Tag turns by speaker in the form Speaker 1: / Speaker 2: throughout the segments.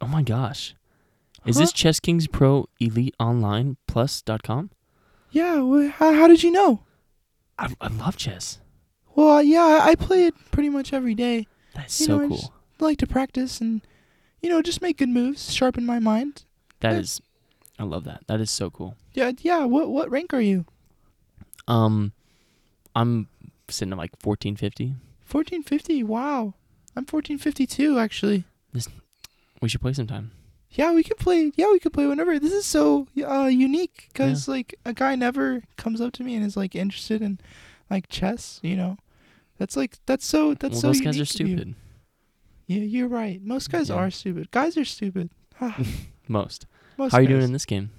Speaker 1: Oh my gosh. Is this Chess Kings Pro Elite Online Plus.com?
Speaker 2: Yeah. Well, how, how did you know?
Speaker 1: I, I love chess.
Speaker 2: Well, uh, yeah, I, I play it pretty much every day.
Speaker 1: That's
Speaker 2: You
Speaker 1: so
Speaker 2: know, I
Speaker 1: cool.
Speaker 2: just- I like to practice and, you know, just make good moves, sharpen my mind.
Speaker 1: That
Speaker 2: I-
Speaker 1: is, I love that. That is so cool.
Speaker 2: Yeah. Yeah. What What rank are you?
Speaker 1: Um, I'm sitting at like 1450.
Speaker 2: Fourteen fifty. Wow. I'm fourteen fifty two actually.
Speaker 1: We should play sometime.
Speaker 2: Yeah, we could play. Yeah, we could play whenever. This is so uh, unique because like a guy never comes up to me and is like interested in like chess. You know, that's like that's so that's
Speaker 1: well,
Speaker 2: so.
Speaker 1: those guys are
Speaker 2: unique of you.
Speaker 1: stupid.
Speaker 2: Yeah, you're right. Most guys
Speaker 1: Yeah.
Speaker 2: are stupid. Guys are stupid. Ah,
Speaker 1: Most.
Speaker 2: Most
Speaker 1: How are you doing
Speaker 2: guys.
Speaker 1: in this game?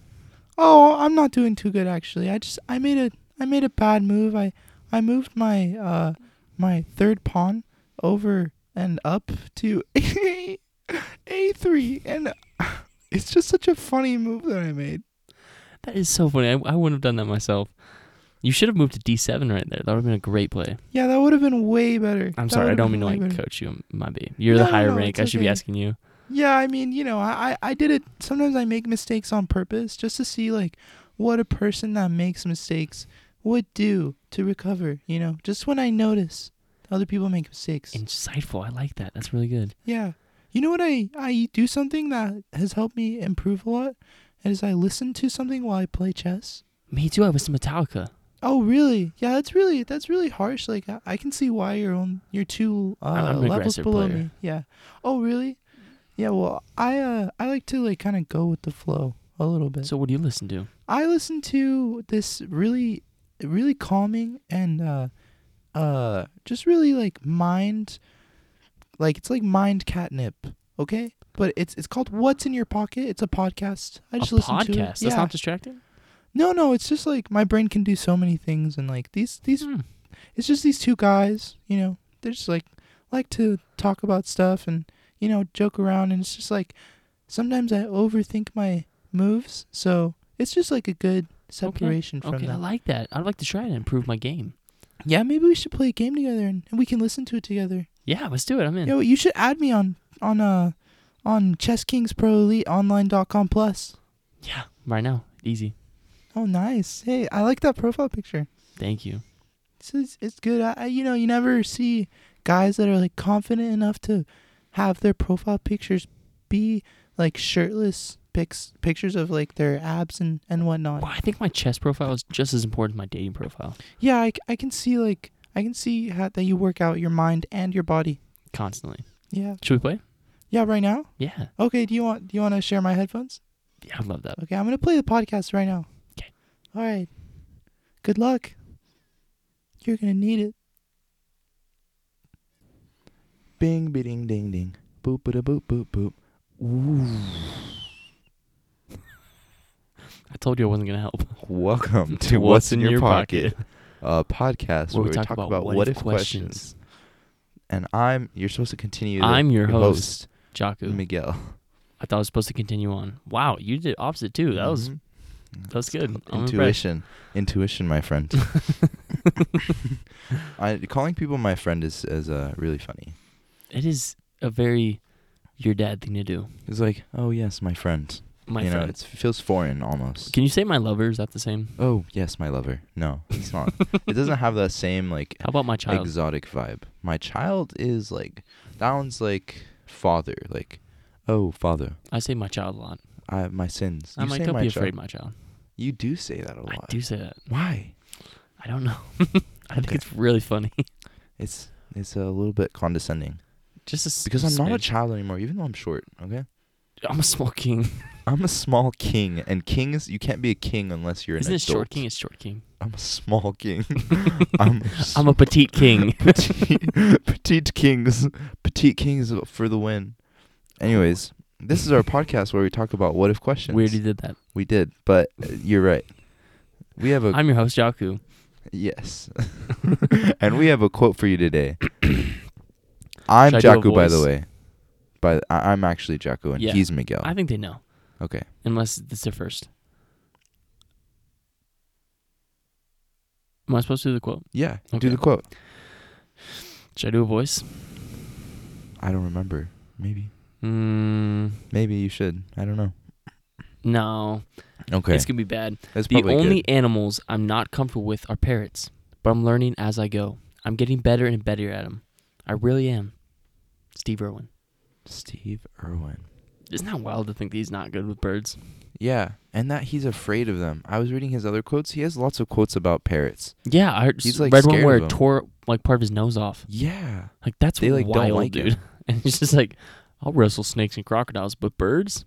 Speaker 2: Oh, I'm not doing too good actually. I just I made a I made a bad move. I I moved my uh my third pawn over and up to a3 and it's just such a funny move that I made.
Speaker 1: That is so funny. I, I wouldn't have done that myself. You should have moved to D7 right there. That would have been a great play.
Speaker 2: Yeah, that would have been way better.
Speaker 1: I'm
Speaker 2: That
Speaker 1: sorry. I
Speaker 2: would've
Speaker 1: don't
Speaker 2: been
Speaker 1: mean to
Speaker 2: way
Speaker 1: like
Speaker 2: better.
Speaker 1: coach you. m- My B. You're
Speaker 2: No,
Speaker 1: the
Speaker 2: no,
Speaker 1: higher
Speaker 2: no,
Speaker 1: rank. I
Speaker 2: it's
Speaker 1: should be
Speaker 2: okay.
Speaker 1: asking you.
Speaker 2: Yeah, I mean, you know, I, I I did it. Sometimes I make mistakes on purpose just to see like what a person that makes mistakes would do to recover. You know, just when I notice other people make mistakes.
Speaker 1: Insightful. I like that. That's really good.
Speaker 2: Yeah. You know what I I do something that has helped me improve a lot is I listen to something while I play chess.
Speaker 1: Me too. I was to Metallica.
Speaker 2: Oh really? Yeah, that's really that's really harsh. Like I, I can see why you're on you're two
Speaker 1: I'm
Speaker 2: uh,
Speaker 1: an
Speaker 2: levels
Speaker 1: aggressive
Speaker 2: below
Speaker 1: player.
Speaker 2: me. Yeah. Oh really? Yeah. Well, I uh I like to like kind of go with the flow a little bit.
Speaker 1: So what do you listen to?
Speaker 2: I listen to this really, really calming and uh, uh, just really like mind, like it's like mind catnip. Okay, but it's it's called What's in Your Pocket. It's a podcast. I just
Speaker 1: a
Speaker 2: listen
Speaker 1: podcast.
Speaker 2: to it.
Speaker 1: That's
Speaker 2: yeah.
Speaker 1: not distracting.
Speaker 2: no, no. It's just like my brain can do so many things, and like these these,
Speaker 1: Hmm.
Speaker 2: it's just these two guys. You know, they're just like like to talk about stuff and you know joke around, and it's just like sometimes I overthink my moves, so it's just like a good separation from
Speaker 1: Hmm, Okay, I
Speaker 2: that.
Speaker 1: like that. I'd like to try to improve my game.
Speaker 2: Yeah, maybe we should play a game together and, and we can listen to it together.
Speaker 1: Yeah, let's do it. I'm in.
Speaker 2: Yo, you should add me on on uh on Chess Kings Pro Elite Online.com Plus.
Speaker 1: Yeah, right now. Easy.
Speaker 2: Oh, nice. Hey, I like that profile picture.
Speaker 1: Thank you.
Speaker 2: It's it's, it's good. I, I you know you never see guys that are like confident enough to have their profile pictures be like shirtless pics pictures of like their abs and and whatnot.
Speaker 1: Well, I think my chess profile is just as important as my dating profile.
Speaker 2: Yeah, I, c- I can see like I can see how that you work out your mind and your body.
Speaker 1: Constantly.
Speaker 2: Yeah.
Speaker 1: Should we play?
Speaker 2: Yeah, right now.
Speaker 1: Yeah.
Speaker 2: Okay, do you want do you want to share my headphones?
Speaker 1: Yeah, I love that.
Speaker 2: Okay, I'm gonna play the podcast right now.
Speaker 1: 'Kay.
Speaker 2: All right. Good luck. You're gonna need it. Bing, be ding, ding, ding. Boop, ba boop, boop, boop.
Speaker 1: I told you I wasn't gonna help.
Speaker 3: Welcome to What's, in Your, Pocket, a podcast
Speaker 1: Where
Speaker 3: where, we talk, about, what if questions. And I'm you're supposed to continue. the-
Speaker 1: I'm your host. Jaku.
Speaker 3: Miguel.
Speaker 1: I thought I was supposed to continue on. Wow, you did opposite too. That was
Speaker 3: Mhm.
Speaker 1: that was good. I'm impressed.
Speaker 3: intuition, intuition, my friend. I, calling people my friend is is uh, really funny.
Speaker 1: It is a very your dad thing to do.
Speaker 3: It's like, oh yes, my friend.
Speaker 1: My
Speaker 3: you know,
Speaker 1: friend.
Speaker 3: it feels foreign almost.
Speaker 1: Can you say my lover? Is that the same?
Speaker 3: oh yes, my lover. No, it's not. it doesn't have that same like
Speaker 1: How about my child?
Speaker 3: exotic vibe. My child is like that one's like father, like oh father,
Speaker 1: I say my child a lot.
Speaker 3: I have my sins.
Speaker 1: I'm
Speaker 3: You
Speaker 1: like,
Speaker 3: say
Speaker 1: don't
Speaker 3: my
Speaker 1: be
Speaker 3: child.
Speaker 1: afraid, my child.
Speaker 3: You do say that a
Speaker 1: I
Speaker 3: lot.
Speaker 1: do say that.
Speaker 3: Why?
Speaker 1: I don't know. I think
Speaker 3: Okay.
Speaker 1: it's really funny.
Speaker 3: It's it's a little bit condescending
Speaker 1: Just a s-
Speaker 3: because I'm not a
Speaker 1: smidge.
Speaker 3: child anymore, even though I'm short. Okay,
Speaker 1: I'm a small king.
Speaker 3: I'm a small king, and kings you can't be a king unless you're
Speaker 1: Isn't
Speaker 3: an
Speaker 1: it short
Speaker 3: adult.
Speaker 1: king? It's short king.
Speaker 3: I'm a small king. I'm
Speaker 1: I'm a petite king.
Speaker 3: petite, petite kings. Petite kings for the win. Anyways, this is our podcast where we talk about what if questions.
Speaker 1: We already did that.
Speaker 3: We did, but uh, you're right. We have a
Speaker 1: I'm your host, Jaku.
Speaker 3: yes, and we have a quote for you today. I'm
Speaker 1: Should I do a
Speaker 3: Jacko, by the
Speaker 1: voice?
Speaker 3: way. By the, I, I'm actually Jacko, and
Speaker 1: Yeah.
Speaker 3: he's Miguel.
Speaker 1: I think they know,
Speaker 3: okay,
Speaker 1: unless it's their first. Am I supposed to do the quote?
Speaker 3: yeah.
Speaker 1: Okay.
Speaker 3: Do the quote.
Speaker 1: Should I do a voice?
Speaker 3: I don't remember. Maybe
Speaker 1: Mm,
Speaker 3: Maybe you should. I don't know.
Speaker 1: no,
Speaker 3: Okay.
Speaker 1: it's gonna be bad.
Speaker 3: That's
Speaker 1: The
Speaker 3: probably
Speaker 1: only
Speaker 3: good.
Speaker 1: animals I'm not comfortable with are parrots, but I'm learning as I go. I'm getting better and better at them. I really am. Steve Irwin.
Speaker 3: Steve Irwin.
Speaker 1: Isn't that wild to think that he's not good with birds?
Speaker 3: Yeah, and that he's afraid of them. I was reading his other quotes. He has lots of quotes about parrots.
Speaker 1: Yeah, I heard,
Speaker 3: He's,
Speaker 1: he's
Speaker 3: like,
Speaker 1: read one
Speaker 3: scared
Speaker 1: where
Speaker 3: of
Speaker 1: it
Speaker 3: 'em.
Speaker 1: tore like part of his nose off.
Speaker 3: Yeah.
Speaker 1: Like that's
Speaker 3: They, like, don't
Speaker 1: wild,
Speaker 3: like him.
Speaker 1: dude. And he's just like, I'll wrestle snakes and crocodiles, but birds,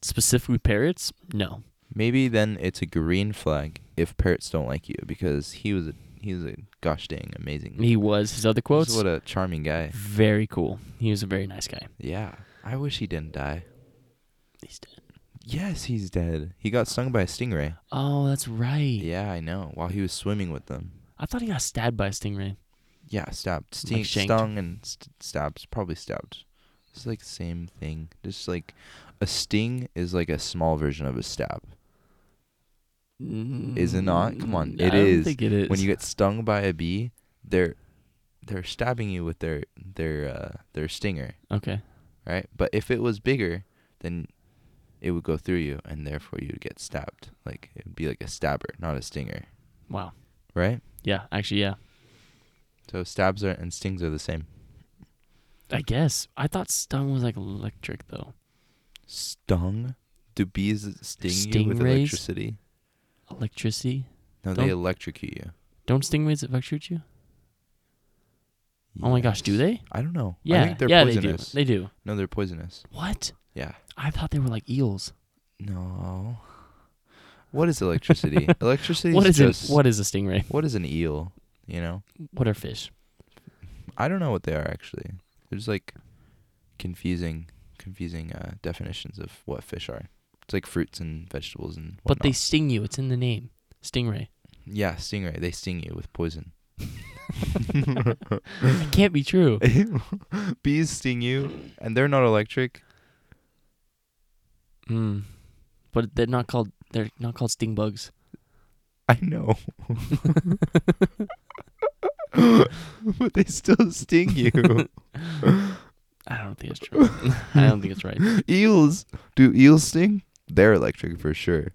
Speaker 1: specifically parrots, no.
Speaker 3: Maybe then it's a green flag if parrots don't like you because he was a he was a gosh dang amazing.
Speaker 1: He was his other
Speaker 3: Just
Speaker 1: quotes.
Speaker 3: What a charming guy.
Speaker 1: Very cool. He was a very nice guy.
Speaker 3: Yeah. I wish he didn't die.
Speaker 1: He's dead.
Speaker 3: Yes, he's dead. He got stung by a stingray.
Speaker 1: Oh, that's right.
Speaker 3: Yeah, I know. While he was swimming with them.
Speaker 1: I thought he got stabbed by a stingray.
Speaker 3: Yeah, stabbed, sting,
Speaker 1: shanked.
Speaker 3: stung, and st- stabbed. Probably stabbed. It's like same thing. Just like a sting is like a small version of a stab.
Speaker 1: Is
Speaker 3: it not? Come on,
Speaker 1: Mm, I
Speaker 3: it
Speaker 1: don't
Speaker 3: is.
Speaker 1: think it is.
Speaker 3: When you get stung by a bee, they're they're stabbing you with their their uh, their stinger,
Speaker 1: okay,
Speaker 3: right? But if it was bigger, then it would go through you, and therefore you'd get stabbed. Like it would be like a stabber, not a stinger,
Speaker 1: wow.
Speaker 3: right?
Speaker 1: Yeah, actually, yeah.
Speaker 3: So stabs are and stings are the same.
Speaker 1: I guess I thought stun was like electric though.
Speaker 3: Stung? Do bees sting you with
Speaker 1: Stingrays?
Speaker 3: electricity?
Speaker 1: Electricity.
Speaker 3: No,
Speaker 1: Don't-
Speaker 3: they electrocute you.
Speaker 1: Don't stingrays electrocute you? Oh my gosh, do
Speaker 3: Yes.
Speaker 1: they?
Speaker 3: I don't know.
Speaker 1: Yeah,
Speaker 3: I think they're
Speaker 1: yeah,
Speaker 3: poisonous.
Speaker 1: they do. They do.
Speaker 3: No, they're poisonous.
Speaker 1: What?
Speaker 3: Yeah.
Speaker 1: I thought they were like eels.
Speaker 3: No. What is electricity? electricity
Speaker 1: What
Speaker 3: is
Speaker 1: is
Speaker 3: just
Speaker 1: it? What is a stingray?
Speaker 3: what is an eel? You know,
Speaker 1: What are fish?
Speaker 3: I don't know what they are actually. There's like confusing, confusing uh, definitions of what fish are. It's like fruits and vegetables and.
Speaker 1: But they
Speaker 3: whatnot.
Speaker 1: sting you. It's in the name. Stingray.
Speaker 3: Yeah, stingray. They sting you with poison.
Speaker 1: That can't be true.
Speaker 3: Bees sting you, and they're not electric.
Speaker 1: Mm. But they're not called. They're not called sting bugs.
Speaker 3: I know. but they still sting you.
Speaker 1: I don't think it's true. I don't think it's right.
Speaker 3: eels. Do eels sting? They're electric for sure.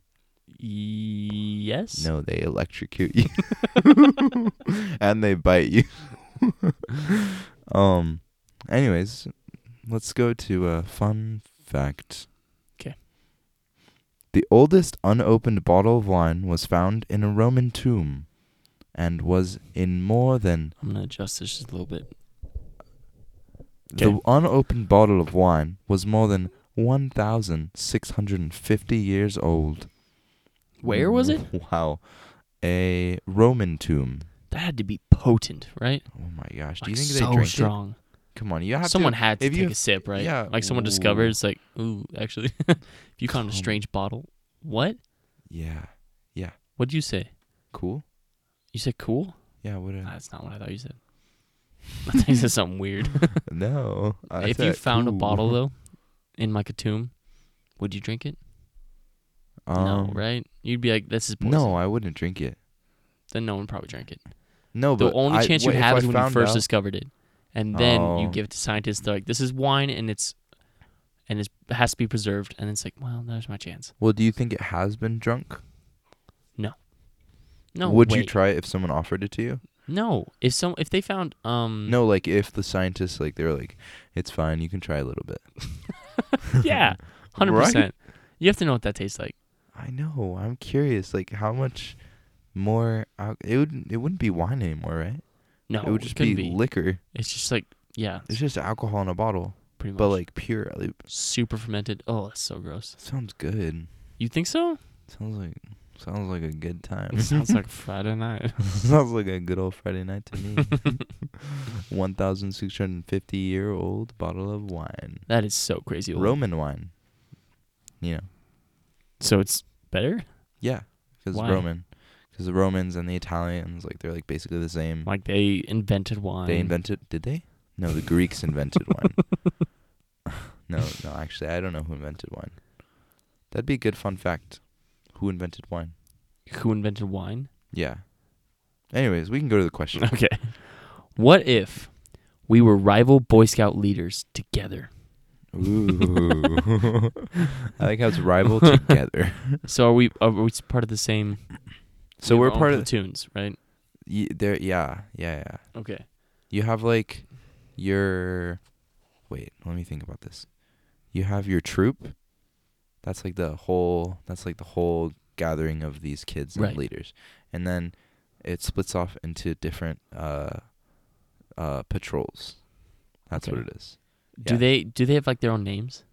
Speaker 1: Yes.
Speaker 3: No, they electrocute you. and they bite you. um anyways, let's go to a fun fact.
Speaker 1: 'Kay.
Speaker 3: The oldest unopened bottle of wine was found in a Roman tomb and was in more than
Speaker 1: I'm gonna adjust this just a little bit.
Speaker 3: The unopened bottle of wine was more than 1,650 years old.
Speaker 1: Where was it?
Speaker 3: Wow. A Roman tomb.
Speaker 1: That had to be potent, right?
Speaker 3: Oh my gosh.
Speaker 1: Like
Speaker 3: Do you think
Speaker 1: so
Speaker 3: they drank
Speaker 1: strong.
Speaker 3: it? Come on. You have
Speaker 1: Someone
Speaker 3: to.
Speaker 1: had to
Speaker 3: if
Speaker 1: take
Speaker 3: you-
Speaker 1: a sip, right?
Speaker 3: yeah,
Speaker 1: Like someone
Speaker 3: ooh.
Speaker 1: discovered, it's like, ooh, actually, if you found a
Speaker 3: Come.
Speaker 1: strange bottle, what?
Speaker 3: Yeah.
Speaker 1: What'd you say?
Speaker 3: Cool.
Speaker 1: You said cool?
Speaker 3: Yeah. What? A,
Speaker 1: That's not what I thought you said. I thought you said something weird.
Speaker 3: no. I
Speaker 1: if you
Speaker 3: said
Speaker 1: found a
Speaker 3: cool.
Speaker 1: bottle though, in like a tomb, would you drink it? no,
Speaker 3: Um,
Speaker 1: right? You'd be like, this is poison.
Speaker 3: No, I wouldn't drink it.
Speaker 1: Then no one probably drank it.
Speaker 3: No,
Speaker 1: the
Speaker 3: but
Speaker 1: only
Speaker 3: I-
Speaker 1: chance
Speaker 3: what
Speaker 1: you
Speaker 3: if
Speaker 1: have
Speaker 3: I
Speaker 1: is when you
Speaker 3: found
Speaker 1: first
Speaker 3: out-
Speaker 1: discovered it, and then you
Speaker 3: Oh.
Speaker 1: give it to scientists. They're like, "This is wine, and it's and it's, it has to be preserved." And it's like, "Well, there's my chance."
Speaker 3: well, do you think it has been drunk?
Speaker 1: No,
Speaker 3: Would you
Speaker 1: way.
Speaker 3: try it if someone offered it to you?
Speaker 1: No, if some if they found um
Speaker 3: No, like if the scientists like they were like, it's fine. You can try a little bit.
Speaker 1: yeah, hundred percent. You have to know what that tastes like.
Speaker 3: I know. I'm curious. Like how much more? al- It would. It wouldn't be wine anymore, right?
Speaker 1: No,
Speaker 3: it would just be,
Speaker 1: couldn't be.
Speaker 3: liquor.
Speaker 1: It's just like yeah,
Speaker 3: It's just alcohol in a bottle,
Speaker 1: pretty much.
Speaker 3: but like pure. Like,
Speaker 1: super fermented. Oh, that's so gross.
Speaker 3: sounds good.
Speaker 1: You think so?
Speaker 3: Sounds like sounds like a good time.
Speaker 1: It sounds like Friday night.
Speaker 3: sounds like a good old Friday night to me. One thousand six hundred fifty year old bottle of wine,
Speaker 1: That is so crazy. old.
Speaker 3: Roman wine. You know.
Speaker 1: So it's better.
Speaker 3: Yeah, because
Speaker 1: Why?
Speaker 3: Roman, because the Romans and the Italians, like they're like basically the same.
Speaker 1: Like they invented wine.
Speaker 3: They invented? Did they? No, the Greeks invented wine. no, no, actually, I don't know who invented wine. That'd be a good fun fact. Who invented wine?
Speaker 1: Who invented wine?
Speaker 3: Yeah. Anyways, we can go to the question.
Speaker 1: Okay. What if we were rival Boy Scout leaders together?
Speaker 3: Ooh. I like how it's rival together.
Speaker 1: So are we? Are we part of the same?
Speaker 3: So
Speaker 1: we
Speaker 3: we're
Speaker 1: have our own
Speaker 3: part of
Speaker 1: platoons, right?
Speaker 3: y- there. Yeah, yeah, yeah.
Speaker 1: Okay.
Speaker 3: You have like your wait, let me think about this. You have your troop. That's like the whole that's like the whole gathering of these kids and
Speaker 1: Right.
Speaker 3: leaders. And then it splits off into different uh uh patrols. That's
Speaker 1: Okay.
Speaker 3: what it is.
Speaker 1: Do
Speaker 3: Yeah.
Speaker 1: they do they have like their own names?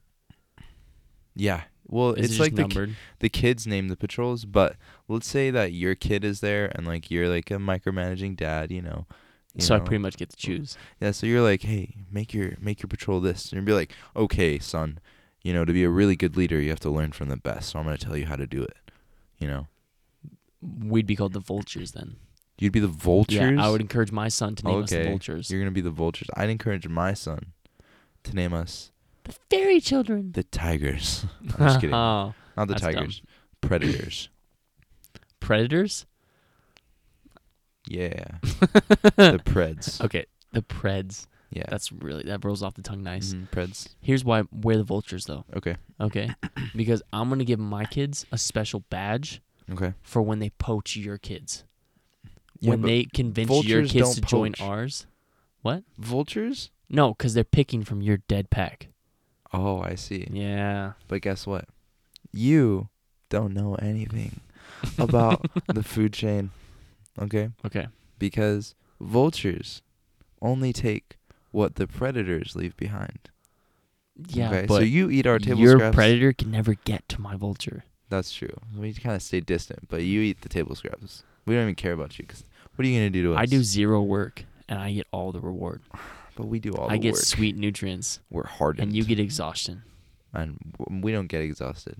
Speaker 3: Yeah. Well,
Speaker 1: Is
Speaker 3: it's
Speaker 1: it just
Speaker 3: like the, ki-
Speaker 1: numbered?
Speaker 3: the kids name the patrols, but let's say that your kid is there and like you're like a micromanaging dad, you know. you
Speaker 1: so I
Speaker 3: know.
Speaker 1: pretty much get to choose.
Speaker 3: Yeah, so you're like, hey, make your make your patrol this, and you'd be like, okay, son, you know, to be a really good leader, you have to learn from the best. So I'm gonna tell you how to do it. You know,
Speaker 1: We'd be called the vultures then.
Speaker 3: you'd be the vultures.
Speaker 1: Yeah, I would encourage my son to name us the
Speaker 3: Okay.
Speaker 1: vultures.
Speaker 3: You're gonna be the vultures. I'd encourage my son to name us
Speaker 1: the fairy children.
Speaker 3: the tigers. I'm just kidding. Not
Speaker 1: oh,
Speaker 3: the
Speaker 1: that's dumb.
Speaker 3: tigers, predators.
Speaker 1: predators.
Speaker 3: Yeah, the preds.
Speaker 1: Okay, the Preds.
Speaker 3: Yeah,
Speaker 1: That's really that rolls off the tongue nice.
Speaker 3: Mhm, preds.
Speaker 1: Here's why we're the vultures though.
Speaker 3: Okay,
Speaker 1: Okay, because I'm gonna give my kids a special badge
Speaker 3: okay.
Speaker 1: for when they poach your kids.
Speaker 3: Yeah,
Speaker 1: when
Speaker 3: but
Speaker 1: they convince your
Speaker 3: vultures
Speaker 1: kids to
Speaker 3: don't
Speaker 1: join
Speaker 3: poach.
Speaker 1: ours.
Speaker 3: vultures.
Speaker 1: No, because they're picking from your dead pack.
Speaker 3: Oh, I see.
Speaker 1: Yeah.
Speaker 3: But guess what? You don't know anything about the food chain, okay?
Speaker 1: Okay.
Speaker 3: Because vultures only take what the predators leave behind.
Speaker 1: Yeah,
Speaker 3: okay?
Speaker 1: but
Speaker 3: so you eat our table
Speaker 1: your
Speaker 3: scraps.
Speaker 1: predator can never get to my vulture.
Speaker 3: That's true. We kind of stay distant, but you eat the table scraps. We don't even care about you because what are you gonna do to us?
Speaker 1: I do zero work and I get all the reward.
Speaker 3: but we do all.
Speaker 1: I
Speaker 3: the
Speaker 1: get
Speaker 3: work.
Speaker 1: sweet nutrients
Speaker 3: We're hardened,
Speaker 1: and you get exhaustion.
Speaker 3: and w- we don't get exhausted.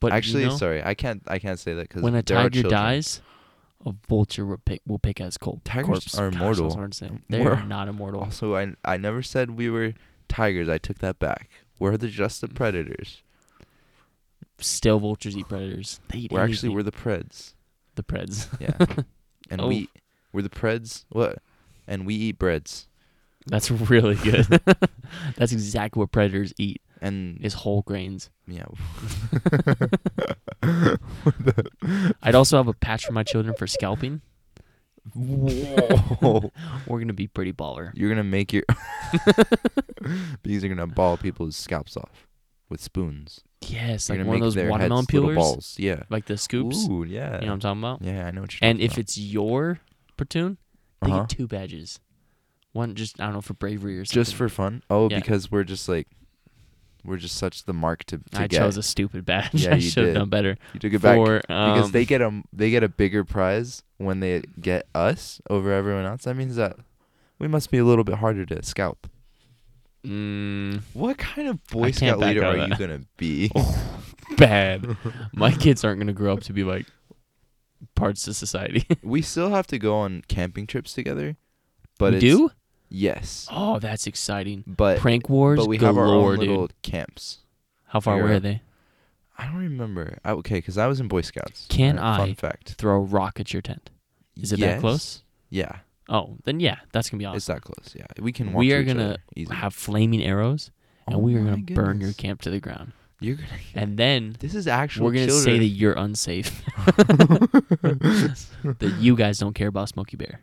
Speaker 1: But you
Speaker 3: actually,
Speaker 1: know,
Speaker 3: sorry, I can't. I can't say that because
Speaker 1: when a
Speaker 3: there are
Speaker 1: tiger
Speaker 3: children.
Speaker 1: dies, a vulture will pick will pick as cold.
Speaker 3: Tigers
Speaker 1: corpse.
Speaker 3: are
Speaker 1: Gosh, that
Speaker 3: immortal.
Speaker 1: was hard to say. They
Speaker 3: We're
Speaker 1: are not immortal.
Speaker 3: Also, I I never said we were tigers. I took that back. We're the just the predators.
Speaker 1: Still, vultures eat predators. They eat
Speaker 3: We're actually
Speaker 1: anything.
Speaker 3: we're the preds.
Speaker 1: the preds.
Speaker 3: Yeah, and
Speaker 1: Oh.
Speaker 3: we we're the preds. What? And we eat breads.
Speaker 1: That's really good. That's exactly what predators eat
Speaker 3: And
Speaker 1: is whole grains.
Speaker 3: yeah,
Speaker 1: I'd also have a patch for my children for scalping.
Speaker 3: Whoa.
Speaker 1: We're gonna be pretty baller.
Speaker 3: you're gonna make your bees are gonna ball people's scalps off with spoons.
Speaker 1: Yes,
Speaker 3: You're
Speaker 1: like
Speaker 3: gonna
Speaker 1: one of
Speaker 3: make
Speaker 1: those
Speaker 3: their
Speaker 1: watermelon
Speaker 3: heads little
Speaker 1: peelers,
Speaker 3: Balls. Yeah.
Speaker 1: like the scoops.
Speaker 3: Ooh, yeah.
Speaker 1: You know what I'm talking about.
Speaker 3: yeah, I know what you're.
Speaker 1: and
Speaker 3: talking
Speaker 1: if it's your platoon, they
Speaker 3: about. Uh-huh.
Speaker 1: get two badges. One just I don't know for bravery or something.
Speaker 3: just for fun. Oh,
Speaker 1: Yeah.
Speaker 3: because we're just like we're just such the mark to, to
Speaker 1: I
Speaker 3: get.
Speaker 1: chose a stupid badge.
Speaker 3: Yeah,
Speaker 1: I
Speaker 3: you
Speaker 1: should have
Speaker 3: did.
Speaker 1: done better.
Speaker 3: you took it back
Speaker 1: for, um,
Speaker 3: because they get a they get a bigger prize when they get us over everyone else. That means that we must be a little bit harder to scalp.
Speaker 1: mm,
Speaker 3: What kind of boy
Speaker 1: can't
Speaker 3: scout
Speaker 1: back
Speaker 3: leader
Speaker 1: out
Speaker 3: are
Speaker 1: of
Speaker 3: you
Speaker 1: that.
Speaker 3: gonna be?
Speaker 1: bad. My kids aren't gonna grow up to be like parts of society.
Speaker 3: we still have to go on camping trips together, but
Speaker 1: We
Speaker 3: it's,
Speaker 1: do?
Speaker 3: yes,
Speaker 1: Oh, that's exciting.
Speaker 3: but
Speaker 1: Prank wars
Speaker 3: but we have
Speaker 1: galore,
Speaker 3: our own
Speaker 1: dude.
Speaker 3: little camps.
Speaker 1: How far away
Speaker 3: Europe.
Speaker 1: are they?
Speaker 3: I don't remember. I, okay, because I was in Boy Scouts.
Speaker 1: Can
Speaker 3: Uh,
Speaker 1: I-
Speaker 3: Fun fact.
Speaker 1: Throw a rock at your tent. Is it that
Speaker 3: Yes.
Speaker 1: close?
Speaker 3: Yeah,
Speaker 1: Oh, then yeah, that's gonna be awesome.
Speaker 3: it's that close. Yeah, we can. Walk
Speaker 1: We
Speaker 3: to
Speaker 1: are
Speaker 3: each
Speaker 1: gonna
Speaker 3: other easily.
Speaker 1: Have flaming arrows, and
Speaker 3: Oh
Speaker 1: we are
Speaker 3: my
Speaker 1: gonna burn your
Speaker 3: goodness.
Speaker 1: camp to the ground.
Speaker 3: You're gonna.
Speaker 1: And then
Speaker 3: This is actual.
Speaker 1: we're gonna say that
Speaker 3: children.
Speaker 1: you're unsafe. that you guys don't care about Smokey Bear.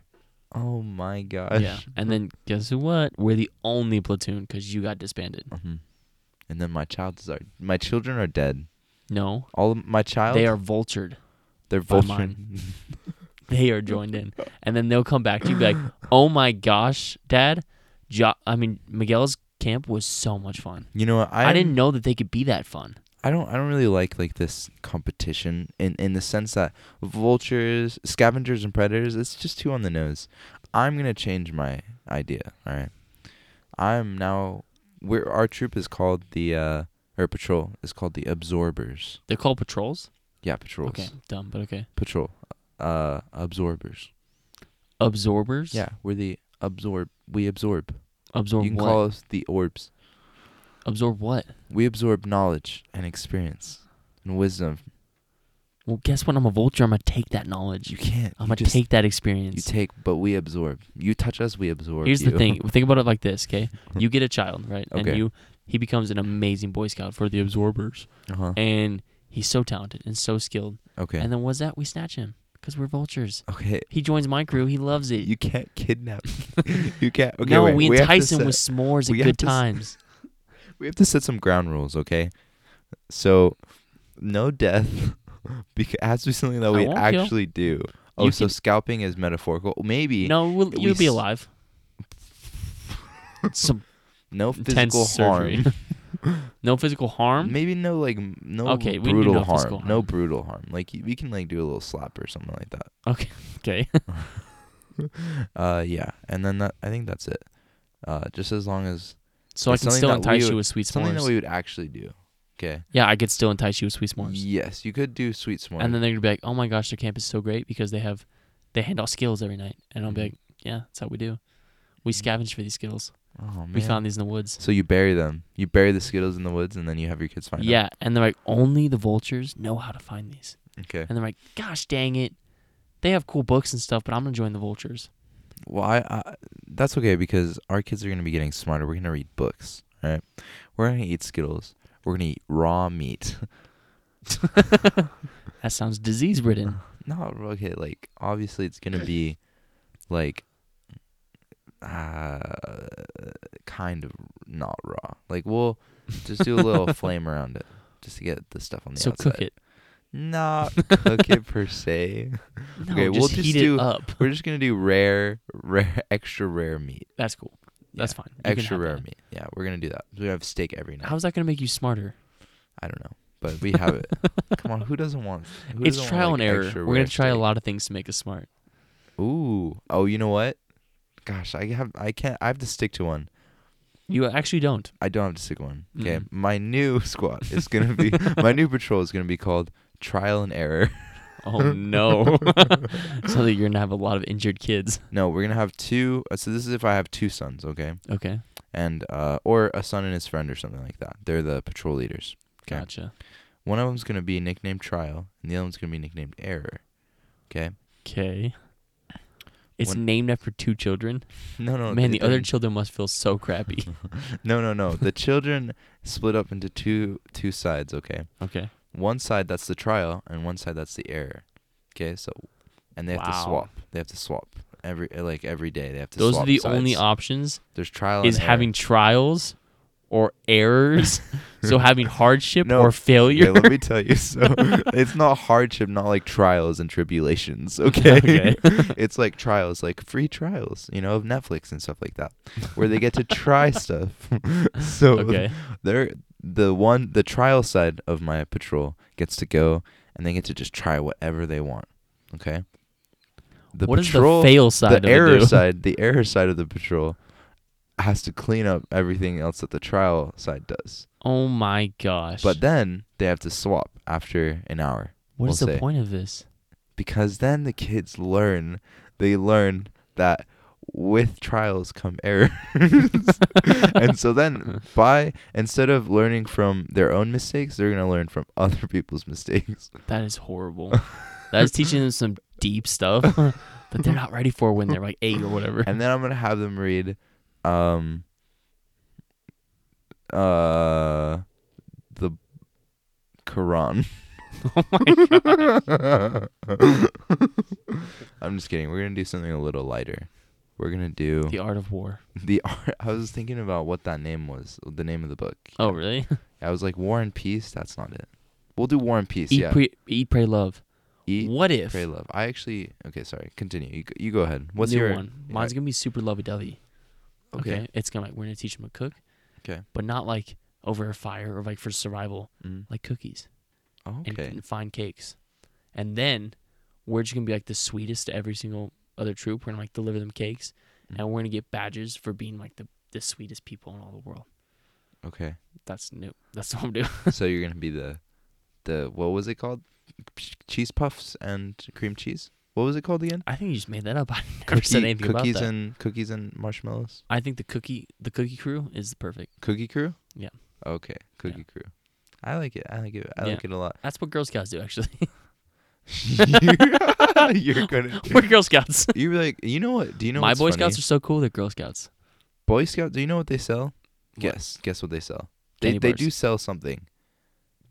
Speaker 3: Oh my gosh.
Speaker 1: Yeah. And then guess what? We're the only platoon because you got disbanded.
Speaker 3: Mhm. And then my child is are my children are dead.
Speaker 1: No,
Speaker 3: All of my child.
Speaker 1: they are vultured.
Speaker 3: They're
Speaker 1: by
Speaker 3: vulture.
Speaker 1: They are joined in, and then they'll come back to you and be like, "Oh my gosh, Dad! Jo- I mean, Miguel's camp was so much fun.
Speaker 3: You know what?
Speaker 1: I'm,
Speaker 3: I'm,
Speaker 1: I did not know that they could be that fun.
Speaker 3: I don't. I don't really like like this competition in in the sense that vultures, scavengers, and predators. It's just too on the nose. I'm gonna change my idea. All right. I'm now. We're our troop is called the uh or patrol is called the absorbers.
Speaker 1: They're called patrols.
Speaker 3: Yeah, patrols.
Speaker 1: Okay, dumb, but okay.
Speaker 3: Patrol. Uh, absorbers.
Speaker 1: Absorbers.
Speaker 3: Yeah, we're the absorb. We absorb.
Speaker 1: Absorb
Speaker 3: you can
Speaker 1: what?
Speaker 3: call us the orbs.
Speaker 1: Absorb what?
Speaker 3: We absorb knowledge and experience and wisdom.
Speaker 1: Well, guess what? I'm a vulture. I'm gonna take that knowledge.
Speaker 3: You can't.
Speaker 1: I'm
Speaker 3: you
Speaker 1: gonna
Speaker 3: just-
Speaker 1: take that
Speaker 3: You
Speaker 1: experience.
Speaker 3: take, but we absorb. You touch us, we absorb.
Speaker 1: Here's
Speaker 3: you.
Speaker 1: the thing. Think about it like this, okay? You get a child, right? And
Speaker 3: Okay.
Speaker 1: you he becomes an amazing Boy Scout for the Absorbers,
Speaker 3: Uh-huh.
Speaker 1: and he's so talented and so skilled.
Speaker 3: Okay.
Speaker 1: And then what's that? We snatch him because we're vultures.
Speaker 3: okay.
Speaker 1: He joins my crew. He loves it.
Speaker 3: You can't kidnap. you can't. Okay,
Speaker 1: no,
Speaker 3: wait,
Speaker 1: we
Speaker 3: have to
Speaker 1: entice him
Speaker 3: set-
Speaker 1: with s'mores
Speaker 3: we
Speaker 1: at
Speaker 3: have
Speaker 1: good
Speaker 3: to s-
Speaker 1: times.
Speaker 3: We have to set some ground rules, okay? So, no death. Because it has to be something that
Speaker 1: I
Speaker 3: we
Speaker 1: won't kill.
Speaker 3: actually do. Oh,
Speaker 1: You
Speaker 3: so
Speaker 1: can-
Speaker 3: scalping is metaphorical. Maybe
Speaker 1: No, we'll,
Speaker 3: we
Speaker 1: you'll be
Speaker 3: s-
Speaker 1: alive. Some
Speaker 3: no
Speaker 1: intense
Speaker 3: physical harm.
Speaker 1: surgery. no physical harm.
Speaker 3: Maybe no like m- no
Speaker 1: Okay, we can do
Speaker 3: brutal
Speaker 1: no
Speaker 3: harm.
Speaker 1: physical
Speaker 3: No
Speaker 1: harm.
Speaker 3: brutal harm. Like y- we can like do a little slap or something like that.
Speaker 1: Okay. Okay.
Speaker 3: Uh, yeah, and then that I think that's it. Uh, just as long as
Speaker 1: So I
Speaker 3: It's
Speaker 1: can
Speaker 3: something
Speaker 1: still
Speaker 3: that
Speaker 1: entice
Speaker 3: we
Speaker 1: you
Speaker 3: would-
Speaker 1: with sweet
Speaker 3: something
Speaker 1: s'mores.
Speaker 3: that we would actually do. Okay.
Speaker 1: yeah, I could still entice you with sweet s'mores.
Speaker 3: Yes, you could do sweet s'mores.
Speaker 1: And then they're gonna be like, "Oh my gosh, their camp is so great because they have, they hand out skills every night." And I'll be
Speaker 3: Mhm.
Speaker 1: like, "Yeah, that's how we do. We scavenge for these skills.
Speaker 3: oh Mm-hmm. man.
Speaker 1: We found these in the woods."
Speaker 3: So you bury them. You bury the Skittles in the woods, and then you have your kids find them.
Speaker 1: Yeah, and they're like, "Only the vultures know how to find these."
Speaker 3: Okay.
Speaker 1: And they're like, "Gosh, dang it, they have cool books and stuff, but I'm gonna join the vultures."
Speaker 3: Well, I, I that's okay because our kids are gonna be getting smarter. We're gonna read books, all right? We're gonna eat Skittles. We're gonna eat raw meat.
Speaker 1: That sounds disease ridden.
Speaker 3: no, okay. Like obviously, it's gonna be like uh kind of not raw. Like we'll just do a little flame around it just to get the stuff on the
Speaker 1: so
Speaker 3: outside.
Speaker 1: cook it.
Speaker 3: Not cook it per se.
Speaker 1: No,
Speaker 3: Okay,
Speaker 1: just
Speaker 3: we'll
Speaker 1: heat
Speaker 3: just
Speaker 1: it
Speaker 3: do-
Speaker 1: up.
Speaker 3: We're just gonna do rare, rare, extra rare meat.
Speaker 1: That's cool. That's fine. You can
Speaker 3: Extra
Speaker 1: have
Speaker 3: rare
Speaker 1: that.
Speaker 3: meat. Yeah, we're gonna do that. We have steak every night.
Speaker 1: How's that gonna make you smarter?
Speaker 3: I don't know, but we have it. Come on, who doesn't want? Who
Speaker 1: it's
Speaker 3: doesn't
Speaker 1: trial
Speaker 3: want,
Speaker 1: and
Speaker 3: like,
Speaker 1: error.
Speaker 3: extra
Speaker 1: We're gonna
Speaker 3: rare
Speaker 1: try a
Speaker 3: steak?
Speaker 1: lot of things to make us smart.
Speaker 3: Ooh. Oh, you know what? Gosh, I have. I can't. I have to stick to one.
Speaker 1: You actually don't.
Speaker 3: I don't have to stick to one. Okay.
Speaker 1: Mm.
Speaker 3: My new squad is gonna be. my new patrol is gonna be called Trial and Error.
Speaker 1: Oh no. so that you're gonna have a lot of injured kids.
Speaker 3: No, we're gonna have two. uh, So this is if I have two sons. Okay.
Speaker 1: Okay.
Speaker 3: And uh, or a son and his friend or something like that. They're the patrol leaders. Okay.
Speaker 1: Gotcha.
Speaker 3: One of them's gonna be nicknamed Trial, and the other one's gonna be nicknamed Error. Okay.
Speaker 1: Okay. It's
Speaker 3: When-
Speaker 1: named after two children.
Speaker 3: No, no.
Speaker 1: Man, the
Speaker 3: they're
Speaker 1: other
Speaker 3: in-
Speaker 1: children must feel so crappy.
Speaker 3: No, no, no. The children split up into two two sides, okay?
Speaker 1: okay.
Speaker 3: One side that's the trial and one side that's the error. Okay? So and they have to
Speaker 1: Wow.
Speaker 3: swap. They have to swap every eh, like every day they have to
Speaker 1: Those
Speaker 3: swap
Speaker 1: are the
Speaker 3: sides.
Speaker 1: only options
Speaker 3: There's trial
Speaker 1: is
Speaker 3: and error.
Speaker 1: having trials or errors. so having hardship
Speaker 3: No.
Speaker 1: or failure.
Speaker 3: Okay, let me tell you. So it's not hardship, not like trials and tribulations. Okay,
Speaker 1: Okay.
Speaker 3: it's like trials, like free trials, you know, of Netflix and stuff like that, where they get to try stuff. so
Speaker 1: Okay.
Speaker 3: they're the one, the trial side of my patrol gets to go, and they get to just try whatever they want. Okay. The
Speaker 1: What is the fail side of
Speaker 3: the
Speaker 1: it
Speaker 3: error
Speaker 1: do?
Speaker 3: side, the error side of the patrol, has to clean up everything else that the trial side does.
Speaker 1: Oh my gosh.
Speaker 3: But then they have to swap after an hour
Speaker 1: what is
Speaker 3: we'll
Speaker 1: the
Speaker 3: see.
Speaker 1: point of this?
Speaker 3: because then the kids learn. They learn that with trials come errors. and so then by instead of learning from their own mistakes, they're going to learn from other people's mistakes.
Speaker 1: That is horrible. that is teaching them some deep stuff that they're not ready for when they're like eight or whatever.
Speaker 3: And then I'm going to have them read um uh the Quran.
Speaker 1: oh my god.
Speaker 3: I'm just kidding. We're gonna do something a little lighter. We're gonna do
Speaker 1: The Art of War.
Speaker 3: the art. I was thinking about what that name was, the name of the book.
Speaker 1: Oh really?
Speaker 3: I was like War and Peace. That's not it. We'll do War and Peace.
Speaker 1: Eat,
Speaker 3: yeah.
Speaker 1: pre- eat, pray, love.
Speaker 3: Eat,
Speaker 1: what if
Speaker 3: pray, love. I actually. Okay, sorry. Continue. You, go- you go ahead. What's
Speaker 1: new
Speaker 3: your
Speaker 1: one? Mine's gonna be super lovey-dovey. Okay.
Speaker 3: Okay.
Speaker 1: it's gonna like we're gonna teach them to cook.
Speaker 3: Okay.
Speaker 1: but not like over a fire or like for survival,
Speaker 3: Mm.
Speaker 1: like cookies
Speaker 3: Oh,
Speaker 1: and,
Speaker 3: okay.
Speaker 1: and fine cakes. And then we're just gonna be like the sweetest to every single other troop. We're gonna like deliver them cakes,
Speaker 3: Mm.
Speaker 1: and we're gonna get badges for being like the the sweetest people in all the world.
Speaker 3: Okay.
Speaker 1: That's new. That's what I'm doing.
Speaker 3: so you're gonna be the, the what was it called? Ch- Cheese puffs and cream cheese. What was it called again?
Speaker 1: I think you just made that up. I never said anything about
Speaker 3: cookies
Speaker 1: that.
Speaker 3: and cookies and marshmallows.
Speaker 1: I think the cookie the cookie crew is perfect.
Speaker 3: Cookie Crew.
Speaker 1: Yeah.
Speaker 3: Okay, Cookie Crew. I like it. I like it. I
Speaker 1: Yeah.
Speaker 3: like it a lot.
Speaker 1: That's what Girl Scouts do actually.
Speaker 3: You're gonna.
Speaker 1: We're Girl Scouts.
Speaker 3: You're like, you know what? Do you know
Speaker 1: My
Speaker 3: what's
Speaker 1: Boy
Speaker 3: funny?
Speaker 1: Scouts are so cool. They're Girl Scouts.
Speaker 3: Boy Scout. Do you know what they sell?
Speaker 1: What?
Speaker 3: Guess. Guess what they sell? They
Speaker 1: Candy
Speaker 3: they
Speaker 1: bars.
Speaker 3: do sell something.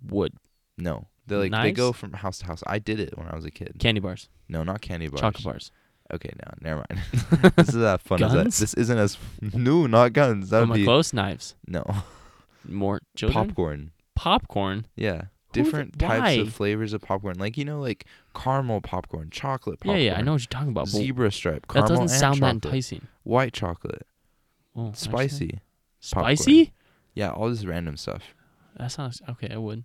Speaker 1: Wood
Speaker 3: No. They like they go
Speaker 1: Knives?
Speaker 3: from house to house. I did it when I was a kid.
Speaker 1: candy bars,
Speaker 3: no, not candy bars.
Speaker 1: chocolate bars.
Speaker 3: Okay, no, never mind. this is not fun as that.
Speaker 1: Guns?
Speaker 3: This isn't as no, not guns. That
Speaker 1: Am
Speaker 3: would
Speaker 1: I
Speaker 3: be
Speaker 1: close? Knives.
Speaker 3: no
Speaker 1: More children.
Speaker 3: popcorn.
Speaker 1: Popcorn.
Speaker 3: Yeah,
Speaker 1: Who the-
Speaker 3: different types
Speaker 1: why?
Speaker 3: of flavors of popcorn. Like you know, like caramel popcorn, chocolate
Speaker 1: Yeah,
Speaker 3: popcorn.
Speaker 1: yeah. I know what you're talking about. but
Speaker 3: Zebra stripe.
Speaker 1: that
Speaker 3: Caramel
Speaker 1: doesn't
Speaker 3: and
Speaker 1: sound
Speaker 3: chocolate,
Speaker 1: that enticing.
Speaker 3: White chocolate,
Speaker 1: Oh, actually.
Speaker 3: spicy. popcorn.
Speaker 1: Spicy?
Speaker 3: Yeah, all this random stuff.
Speaker 1: That sounds okay. I would.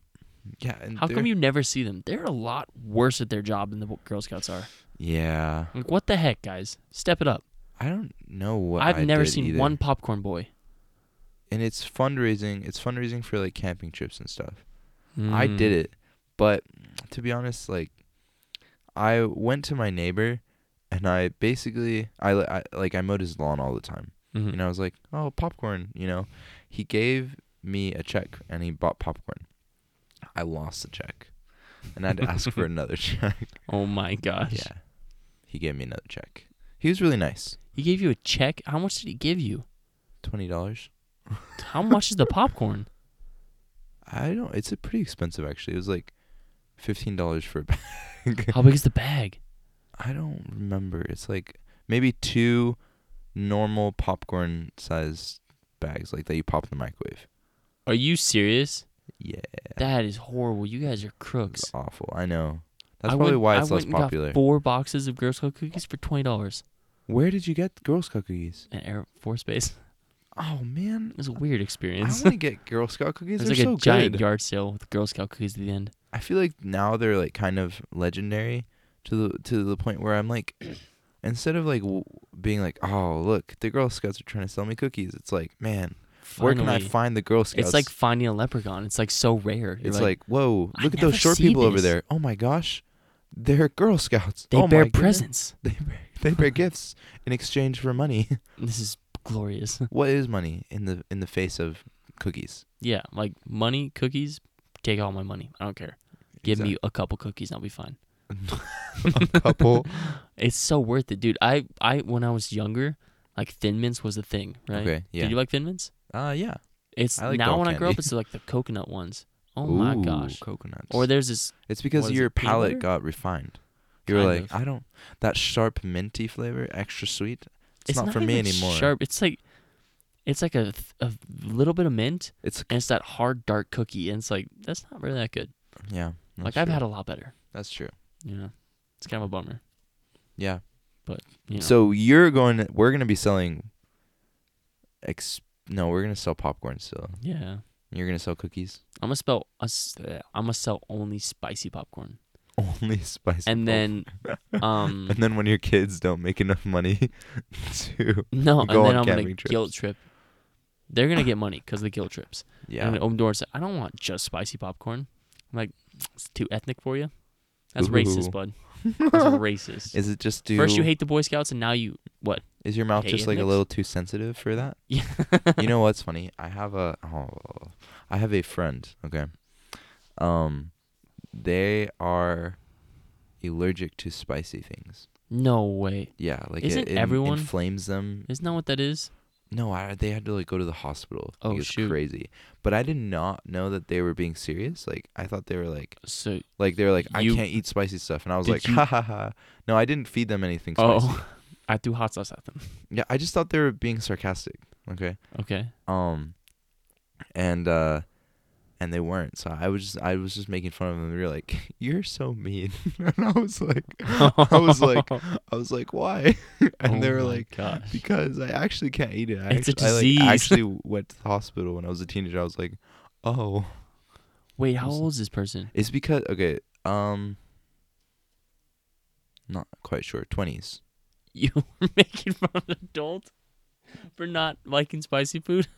Speaker 3: Yeah. And
Speaker 1: How come
Speaker 3: they're-
Speaker 1: you never see them? They're a lot worse at their job than the Girl Scouts are.
Speaker 3: Yeah,
Speaker 1: Like, what the heck, guys? Step it up.
Speaker 3: I don't know what
Speaker 1: I've
Speaker 3: I
Speaker 1: never
Speaker 3: did
Speaker 1: seen
Speaker 3: either.
Speaker 1: one popcorn boy.
Speaker 3: And it's fundraising. It's fundraising for like camping trips and stuff. I did
Speaker 1: Mm.
Speaker 3: it, but to be honest, like I went to my neighbor, and I basically I, li- I like I mowed his lawn all the time,
Speaker 1: Mhm.
Speaker 3: and I was like, oh popcorn, you know. He gave me a check and he bought popcorn. I lost the check, and I had to ask for another check.
Speaker 1: Oh my gosh.
Speaker 3: Yeah, he gave me another check. He was really nice.
Speaker 1: He gave you a check. How much did he give you?
Speaker 3: Twenty dollars.
Speaker 1: How much is the popcorn?
Speaker 3: I don't. It's a pretty expensive actually. It was like fifteen dollars for a bag.
Speaker 1: How big is the bag?
Speaker 3: I don't remember. It's like maybe two normal popcorn sized bags like that you pop in the microwave.
Speaker 1: Are you serious?
Speaker 3: Yeah.
Speaker 1: That is horrible. You guys are crooks.
Speaker 3: It's awful. I know. That's
Speaker 1: I
Speaker 3: probably
Speaker 1: went-
Speaker 3: why
Speaker 1: I
Speaker 3: it's
Speaker 1: went
Speaker 3: less
Speaker 1: and got
Speaker 3: popular.
Speaker 1: four boxes of Girl Scout cookies for twenty dollars
Speaker 3: Where did you get Girl Scout cookies?
Speaker 1: at Air Force Base.
Speaker 3: Oh man.
Speaker 1: It was a weird
Speaker 3: I want
Speaker 1: experience.
Speaker 3: to get Girl Scout cookies.
Speaker 1: It's
Speaker 3: They're
Speaker 1: like
Speaker 3: so
Speaker 1: a giant
Speaker 3: good.
Speaker 1: yard sale with Girl Scout cookies at the end.
Speaker 3: I feel like now they're like kind of legendary to the to the point where I'm like instead of like w- being like, "Oh, look, the Girl Scouts are trying to sell me cookies." It's like, "Man, where can I
Speaker 1: Finally.
Speaker 3: find the Girl Scouts?"
Speaker 1: It's like finding a leprechaun. It's like so rare. You're
Speaker 3: It's like, whoa,
Speaker 1: I
Speaker 3: look at
Speaker 1: never
Speaker 3: those short
Speaker 1: see
Speaker 3: people over
Speaker 1: these."
Speaker 3: there. Oh my gosh. They're Girl Scouts.
Speaker 1: they
Speaker 3: oh
Speaker 1: bear
Speaker 3: my goodness.
Speaker 1: presents.
Speaker 3: They bear, they bear gifts in exchange for money.
Speaker 1: This is glorious.
Speaker 3: What is money in the in the face of cookies?
Speaker 1: yeah, like money, cookies. Take all my money. I don't care. Give me a couple cookies, and I'll be fine.
Speaker 3: a couple.
Speaker 1: It's so worth it, dude. I I when I was younger, like Thin Mints was the thing, right?
Speaker 3: Okay, yeah.
Speaker 1: Did you like Thin Mints?
Speaker 3: uh yeah.
Speaker 1: It's
Speaker 3: I like
Speaker 1: now
Speaker 3: dog
Speaker 1: when I grow up,
Speaker 3: candy.
Speaker 1: it's like the coconut ones. Oh my
Speaker 3: Ooh,
Speaker 1: gosh.
Speaker 3: Coconuts.
Speaker 1: Or there's this.
Speaker 3: it's because
Speaker 1: what is
Speaker 3: your
Speaker 1: it, peanut butter?
Speaker 3: palate got refined. You were
Speaker 1: Kind
Speaker 3: like,
Speaker 1: of.
Speaker 3: I don't that sharp minty flavor, extra sweet. It's, not, for me
Speaker 1: even
Speaker 3: anymore.
Speaker 1: Sharp. It's like, it's like a, th- a little bit of mint,
Speaker 3: It's
Speaker 1: and it's that hard dark cookie, and it's like that's not really that good.
Speaker 3: yeah.
Speaker 1: like I've had a lot better.
Speaker 3: That's true.
Speaker 1: You know, it's kind of a bummer.
Speaker 3: Yeah.
Speaker 1: You know?
Speaker 3: So you're going. To, we're going to be selling. Ex. No, we're going to sell popcorn still.
Speaker 1: yeah,
Speaker 3: You're going to sell cookies.
Speaker 1: I'm gonna spell. I'm gonna sell only spicy popcorn,
Speaker 3: Only spicy.
Speaker 1: and
Speaker 3: popcorn.
Speaker 1: then, um,
Speaker 3: And then when your kids don't make enough money, to
Speaker 1: no,
Speaker 3: we'll
Speaker 1: and
Speaker 3: go
Speaker 1: then
Speaker 3: on
Speaker 1: I'm gonna
Speaker 3: camping trips.
Speaker 1: guilt trip. They're gonna get money because of the guilt trips.
Speaker 3: yeah.
Speaker 1: And open doors. I don't want just spicy popcorn. I'm like, it's too ethnic for you. That's racist,
Speaker 3: Ooh.
Speaker 1: bud. That's racist.
Speaker 3: Is it just do?
Speaker 1: First you hate the Boy Scouts, and now you
Speaker 3: Is your mouth
Speaker 1: hate
Speaker 3: just like a
Speaker 1: ethnics?
Speaker 3: little too sensitive for that?
Speaker 1: Yeah.
Speaker 3: you know what's funny? I have a oh, I have a friend. Okay. Um, they are allergic to spicy things.
Speaker 1: no way.
Speaker 3: Yeah, like
Speaker 1: Isn't
Speaker 3: it, it
Speaker 1: everyone-
Speaker 3: inflames them
Speaker 1: Isn't that what that is?
Speaker 3: No, I, they had to like go to the hospital.
Speaker 1: Oh,
Speaker 3: like, it's
Speaker 1: shoot.
Speaker 3: crazy. But I did not know that they were being serious. Like I thought they were like
Speaker 1: So
Speaker 3: like they were like
Speaker 1: You-
Speaker 3: I can't eat spicy stuff, and I was
Speaker 1: Did
Speaker 3: like
Speaker 1: you-
Speaker 3: ha ha ha. No, I didn't feed them anything spicy.
Speaker 1: oh, I threw hot sauce at them.
Speaker 3: Yeah, I just thought they were being sarcastic. Okay.
Speaker 1: Okay.
Speaker 3: Um, and uh, and they weren't. So I was just I was just making fun of them. They were like, "You're so mean," and I was like,
Speaker 1: I
Speaker 3: was like, I was like, "Why?" and they were like,
Speaker 1: Oh gosh.
Speaker 3: because I actually can't eat it. I
Speaker 1: It's a
Speaker 3: actually, I, like,
Speaker 1: disease.
Speaker 3: actually went to the hospital when I was a teenager. I was like, oh,
Speaker 1: Wait, how old is this person?
Speaker 3: it's because okay, um, not quite sure. Twenties.
Speaker 1: You were making fun of an adult for not liking spicy food?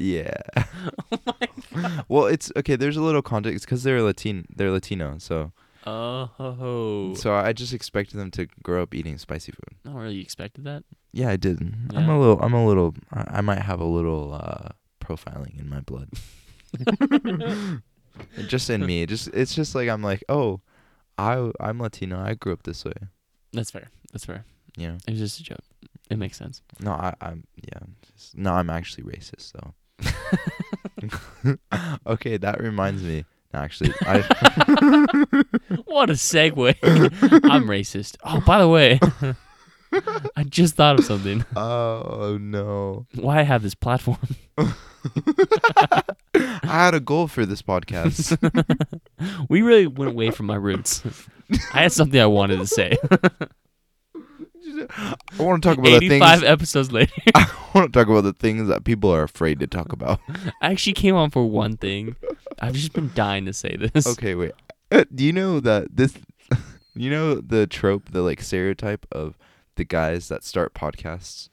Speaker 3: Yeah. oh my god. Well, it's okay. There's a little context because they're Latin. They're Latino, so
Speaker 1: Oh.
Speaker 3: so I just expected them to grow up eating spicy food.
Speaker 1: Not really expected that.
Speaker 3: Yeah, I did. not I'm
Speaker 1: Yeah.
Speaker 3: a little. I'm a little. I, I might have a little uh, profiling in my blood. just in me. Just it's just like I'm like, oh, I I'm Latino. I grew up this way.
Speaker 1: That's fair. That's fair.
Speaker 3: You know.
Speaker 1: It was just a joke. It makes sense.
Speaker 3: No, I I'm yeah. Just, no, I'm actually racist though. okay, that reminds me. Actually, I
Speaker 1: What a segue. I'm racist. Oh, by the way, I just thought of something.
Speaker 3: oh no,
Speaker 1: Why I have this platform.
Speaker 3: I had a goal for this podcast.
Speaker 1: We really went away from my roots. I had something I wanted to say.
Speaker 3: I want to talk about the
Speaker 1: 85
Speaker 3: things.
Speaker 1: episodes later.
Speaker 3: I want to talk about the things that people are afraid to talk about.
Speaker 1: I actually came on for one thing. I've just been dying to say this.
Speaker 3: Okay, wait. Uh, Do you know that this? You know the trope, the like stereotype of the guys that start podcasts.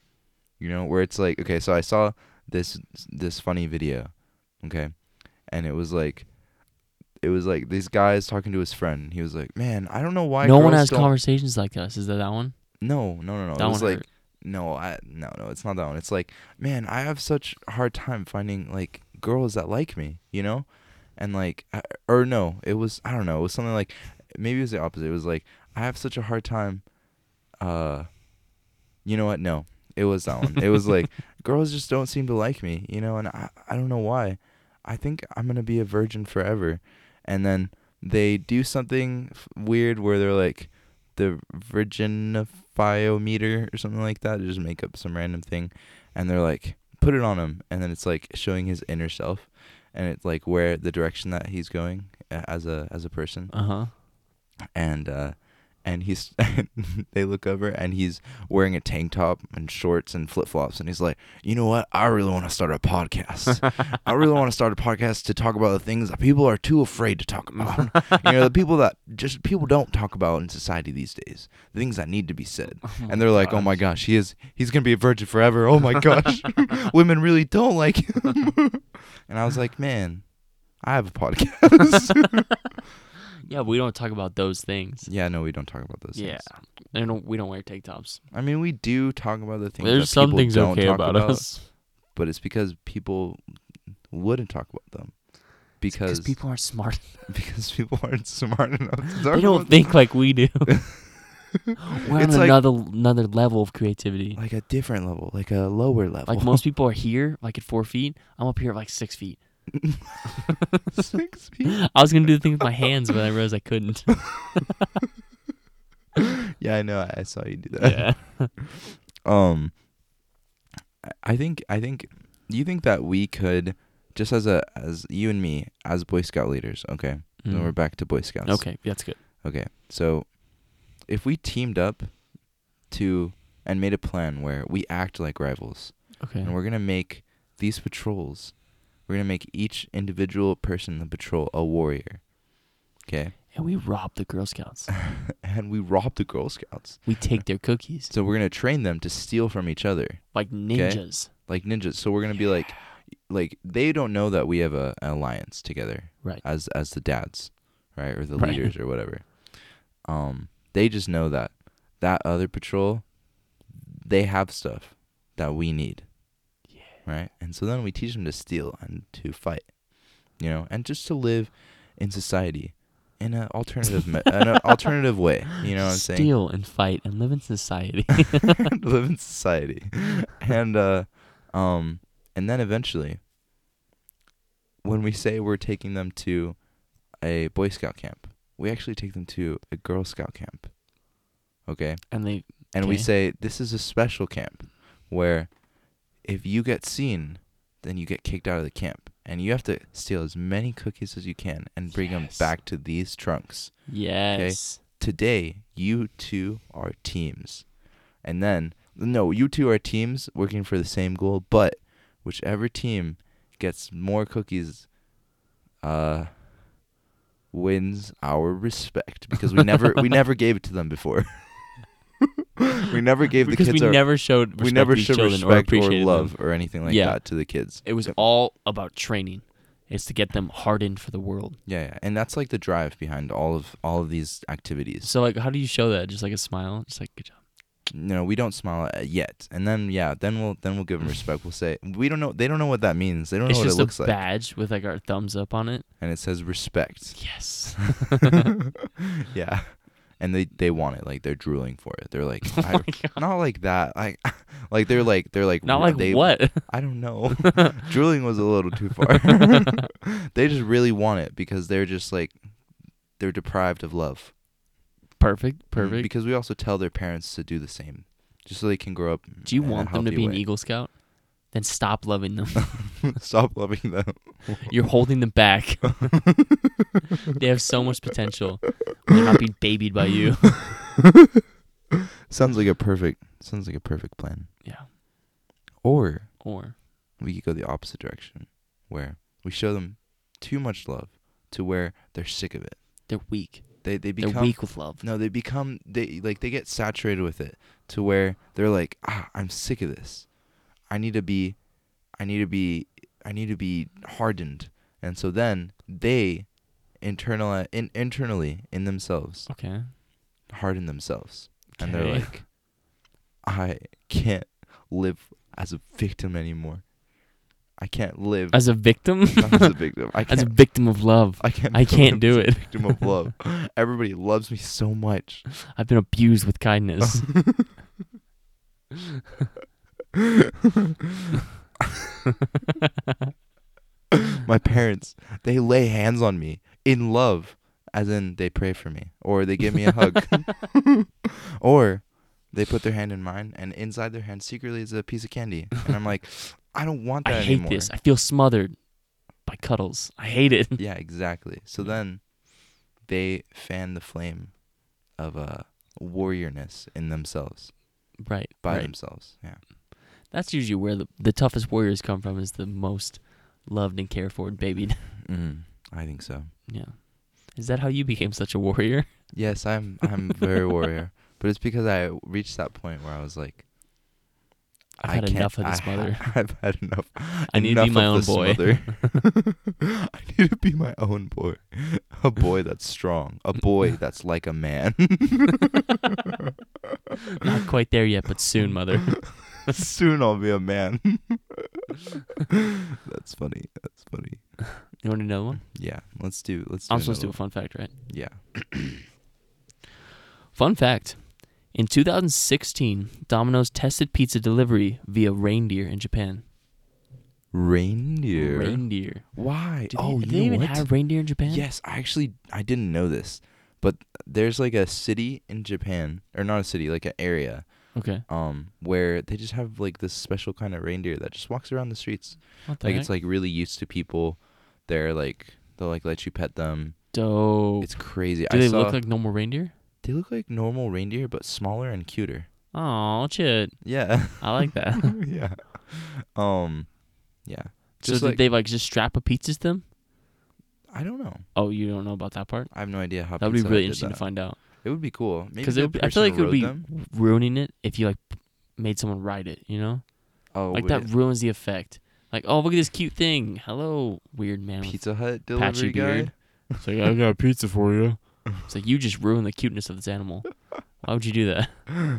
Speaker 3: You know where it's like, okay, so I saw this this funny video, okay, and it was like, it was like these guys talking to his friend. He was like, "Man, I don't know why
Speaker 1: no one
Speaker 3: girls
Speaker 1: has
Speaker 3: don't-
Speaker 1: conversations like us. Is that that one?
Speaker 3: No, no, no, no.
Speaker 1: That
Speaker 3: it
Speaker 1: one
Speaker 3: was like,
Speaker 1: hurt.
Speaker 3: no, I no, no. It's not that one. It's like, man, I have such a hard time finding like girls that like me, you know, and like, I, or no, it was I don't know. It was something like maybe it was the opposite. It was like I have such a hard time. Uh, you know what? No, it was that one. It was like girls just don't seem to like me, you know, and I I don't know why. I think I'm gonna be a virgin forever, and then they do something f- weird where they're like the virginifiometer or something like that. They just make up some random thing, and they're like, put it on him, and then it's like showing his inner self, and it's like where the direction that he's going uh, as a as a person,
Speaker 1: Uh huh.
Speaker 3: and uh, and he's they look over and he's wearing a tank top and shorts and flip flops, and he's like, you know what? I really want to start a podcast. I really want to start a podcast to talk about the things that people are too afraid to talk about. you know, the people that just people don't talk about in society these days. The things that need to be said. and they're like, "Oh my gosh, he is he's going to be a virgin forever. Oh my gosh. Women really don't like him." and I was like, "Man, I have a podcast."
Speaker 1: Yeah, but we don't talk about those things.
Speaker 3: yeah, no, we don't talk about those
Speaker 1: Yeah.
Speaker 3: things.
Speaker 1: I don't, we don't wear tank tops.
Speaker 3: I mean, we do talk about the things that
Speaker 1: There's some
Speaker 3: people
Speaker 1: things
Speaker 3: don't
Speaker 1: okay
Speaker 3: talk
Speaker 1: about, us.
Speaker 3: but it's because people wouldn't talk about them.
Speaker 1: Because
Speaker 3: Because
Speaker 1: people aren't smart.
Speaker 3: because people aren't smart enough to talk
Speaker 1: They
Speaker 3: about
Speaker 1: don't think like we do. We're
Speaker 3: It's
Speaker 1: on
Speaker 3: like-
Speaker 1: another another level of creativity.
Speaker 3: like a different level, like a lower level.
Speaker 1: Like most people are here, like at four feet. I'm up here at like six feet.
Speaker 3: six people.
Speaker 1: I was gonna do the thing with my hands, but I realized I couldn't.
Speaker 3: Yeah, I know. I saw you do that.
Speaker 1: yeah.
Speaker 3: Um, I- I think I think do you think that we could just as a as you and me as Boy Scout leaders. Okay, then we're
Speaker 1: Mm.
Speaker 3: back to Boy Scouts.
Speaker 1: Okay, that's good.
Speaker 3: Okay. So if we teamed up to and made a plan where we act like rivals
Speaker 1: Okay.
Speaker 3: and we're going to make these patrols we're going to make each individual person in the patrol a warrior. Okay?
Speaker 1: And we rob the Girl Scouts.
Speaker 3: And we rob the Girl Scouts.
Speaker 1: We take their cookies
Speaker 3: So we're going to train them to steal from each other
Speaker 1: like ninjas.
Speaker 3: like ninjas. So we're going to be like like they don't know that we have a, an alliance together
Speaker 1: Right.
Speaker 3: as as the dads, right? Or the
Speaker 1: Right.
Speaker 3: leaders or whatever. Um they just know that that other patrol they have stuff that we need.
Speaker 1: Yeah.
Speaker 3: Right? And so then we teach them to steal and to fight. You know, and just to live in society in an alternative me- an alternative way, you know what I'm saying?
Speaker 1: Steal and fight and live in society.
Speaker 3: to live in society. And uh um and then eventually when we say we're taking them to a Boy Scout camp, we actually take them to a Girl Scout camp. Okay?
Speaker 1: and they
Speaker 3: And we
Speaker 1: Okay.
Speaker 3: say this is a special camp where if you get seen, then you get kicked out of the camp. And you have to steal as many cookies as you can and bring them
Speaker 1: Yes.
Speaker 3: back to these trunks
Speaker 1: yes.
Speaker 3: today you two are teams. And then no, you two are teams working for the same goal, but whichever team gets more cookies uh wins our respect because we never we never gave it to them before. we never gave the
Speaker 1: because
Speaker 3: kids
Speaker 1: we
Speaker 3: our
Speaker 1: never showed respect
Speaker 3: we never
Speaker 1: to each
Speaker 3: showed
Speaker 1: other or
Speaker 3: respect or,
Speaker 1: appreciated them.
Speaker 3: love or anything like
Speaker 1: Yeah.
Speaker 3: that to the kids.
Speaker 1: It was
Speaker 3: Yep.
Speaker 1: all about training. It's to get them hardened for the world.
Speaker 3: Yeah, yeah. And that's like the drive behind all of all of these activities.
Speaker 1: So like how do you show that? Just like a smile? Just like good job.
Speaker 3: no, we don't smile at yet. And then yeah, then we'll then we'll give them respect. We'll say we don't know. They don't know what that means. They don't
Speaker 1: It's
Speaker 3: know what
Speaker 1: just
Speaker 3: it looks
Speaker 1: a
Speaker 3: like.
Speaker 1: badge with like our thumbs up on it.
Speaker 3: And it says respect.
Speaker 1: Yes.
Speaker 3: yeah, and they they want it like they're drooling for it. They're like
Speaker 1: Oh
Speaker 3: I-
Speaker 1: my God.
Speaker 3: not like that. Like like they're like they're like
Speaker 1: Not
Speaker 3: re-
Speaker 1: like
Speaker 3: they,
Speaker 1: what?
Speaker 3: I don't know. drooling was a little too far. they just really want it because they're just like they're deprived of love.
Speaker 1: perfect,
Speaker 3: Mm,
Speaker 1: perfect.
Speaker 3: Because we also tell their parents to do the same, just so they can grow up.
Speaker 1: Do you
Speaker 3: in a
Speaker 1: want them to
Speaker 3: healthy
Speaker 1: be an
Speaker 3: way.
Speaker 1: Eagle Scout? Then stop loving them.
Speaker 3: Stop loving them.
Speaker 1: You're holding them back. they have so much potential. They're not being babied by you.
Speaker 3: Sounds like a perfect. Sounds like a perfect plan.
Speaker 1: Yeah.
Speaker 3: Or
Speaker 1: Or
Speaker 3: we could go the opposite direction, where we show them too much love to where they're sick of it.
Speaker 1: they're weak.
Speaker 3: They they
Speaker 1: they're
Speaker 3: become
Speaker 1: weak with love.
Speaker 3: no. They become they like they get saturated with it to where they're like, ah, I'm sick of this. I need to be, I need to be, I need to be hardened. And so then they, internal in, internally in themselves,
Speaker 1: Okay.
Speaker 3: harden themselves. and they're
Speaker 1: Okay.
Speaker 3: like, I can't live as a victim anymore. I can't live
Speaker 1: as a victim,
Speaker 3: not as a victim. I
Speaker 1: as a
Speaker 3: can't.
Speaker 1: victim of love.
Speaker 3: I can't.
Speaker 1: I
Speaker 3: live
Speaker 1: can't
Speaker 3: as
Speaker 1: do it.
Speaker 3: a Victim of love. Everybody loves me so much.
Speaker 1: I've been abused with kindness.
Speaker 3: My parents, they lay hands on me in love, as in they pray for me or they give me a hug, or they put their hand in mine, and inside their hand secretly is a piece of candy, and I'm like, I don't want
Speaker 1: I
Speaker 3: that
Speaker 1: hate
Speaker 3: anymore.
Speaker 1: this. I feel smothered by cuddles. I hate it.
Speaker 3: Yeah, exactly. So then they fan the flame of uh warriorness in themselves
Speaker 1: Right.
Speaker 3: by
Speaker 1: right.
Speaker 3: themselves. Yeah.
Speaker 1: That's usually where the, the toughest warriors come from is the most loved and cared for and babied. Mm-hmm.
Speaker 3: Mm, I think so.
Speaker 1: yeah. Is that how you became such a warrior?
Speaker 3: Yes, I'm I'm very warrior, but it's because I reached that point where I was like
Speaker 1: I've
Speaker 3: I
Speaker 1: had
Speaker 3: can't-
Speaker 1: enough of this
Speaker 3: I ha-
Speaker 1: mother.
Speaker 3: I've had enough.
Speaker 1: I need to be
Speaker 3: enough
Speaker 1: my
Speaker 3: of
Speaker 1: own
Speaker 3: this
Speaker 1: boy.
Speaker 3: mother. I need to be my own boy. A boy that's strong. A boy that's like a man.
Speaker 1: Not quite there yet, but soon, mother.
Speaker 3: Soon I'll be a man. that's funny. That's funny.
Speaker 1: You want another one?
Speaker 3: Yeah, let's do. Let's. Do
Speaker 1: I'm supposed to do a
Speaker 3: another
Speaker 1: fun fact, right?
Speaker 3: one. Yeah.
Speaker 1: Fun fact. In 2016, Domino's tested pizza delivery via reindeer in Japan.
Speaker 3: Reindeer.
Speaker 1: Reindeer.
Speaker 3: Why?
Speaker 1: Do they,
Speaker 3: oh,
Speaker 1: do
Speaker 3: you
Speaker 1: they
Speaker 3: know
Speaker 1: even
Speaker 3: what?
Speaker 1: have reindeer in Japan?
Speaker 3: Yes, I actually I didn't know this, but there's like a city in Japan, or not a city, like an area,
Speaker 1: Okay.
Speaker 3: um, where they just have like this special kind of reindeer that just walks around the streets.
Speaker 1: What the
Speaker 3: Like
Speaker 1: heck?
Speaker 3: it's like really used to people. They're like they'll like let you pet them.
Speaker 1: Dope.
Speaker 3: It's crazy.
Speaker 1: Do
Speaker 3: I
Speaker 1: they
Speaker 3: saw,
Speaker 1: look like normal reindeer?
Speaker 3: they look like normal reindeer, but smaller and cuter.
Speaker 1: Oh, shit.
Speaker 3: Yeah,
Speaker 1: I like that.
Speaker 3: yeah. Um, yeah.
Speaker 1: so
Speaker 3: Just
Speaker 1: did
Speaker 3: like-
Speaker 1: they like just strap a pizza to them?
Speaker 3: I don't know.
Speaker 1: Oh, you don't know about that part?
Speaker 3: I have no idea how.
Speaker 1: That would be
Speaker 3: Pizza Hut
Speaker 1: really
Speaker 3: did
Speaker 1: interesting to
Speaker 3: that.
Speaker 1: find out.
Speaker 3: It would be cool. Maybe
Speaker 1: Because
Speaker 3: the
Speaker 1: it would be, I feel like it would
Speaker 3: person rode
Speaker 1: be
Speaker 3: them.
Speaker 1: ruining it if you like made someone ride it. You know,
Speaker 3: Oh,
Speaker 1: like
Speaker 3: wait.
Speaker 1: that ruins the effect. Like, oh, look at this cute thing. Hello, weird man. with-
Speaker 3: Pizza Hut
Speaker 1: patchy
Speaker 3: delivery guy.
Speaker 1: beard. It's like I got a pizza for you. It's like you just ruined the cuteness of this animal. Why would you do that?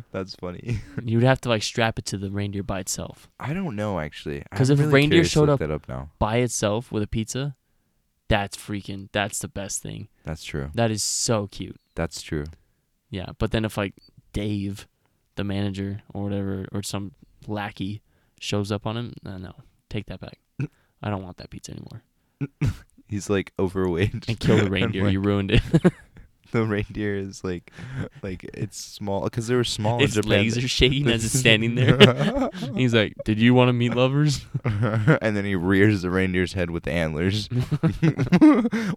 Speaker 3: That's funny.
Speaker 1: You would have to like strap it to the reindeer by itself.
Speaker 3: I don't know actually.
Speaker 1: 'Cause
Speaker 3: I'm
Speaker 1: if
Speaker 3: really
Speaker 1: reindeer
Speaker 3: curious to
Speaker 1: showed
Speaker 3: look
Speaker 1: up-
Speaker 3: that up now.
Speaker 1: By itself with a pizza, that's freaking. That's the best thing.
Speaker 3: That's true.
Speaker 1: That is so cute.
Speaker 3: That's true.
Speaker 1: Yeah, but then if like Dave, the manager or whatever, or some lackey shows up on him, no, no, take that back. I don't want that pizza anymore.
Speaker 3: He's like overweight.
Speaker 1: And kill the
Speaker 3: I'm
Speaker 1: reindeer.
Speaker 3: like,
Speaker 1: you ruined it.
Speaker 3: the reindeer is like, like it's small because they were small
Speaker 1: it's
Speaker 3: in Japan.
Speaker 1: laser shaking as it's standing there. He's like, "Did you want to meet lovers?"
Speaker 3: and then he rears the reindeer's head with the antlers,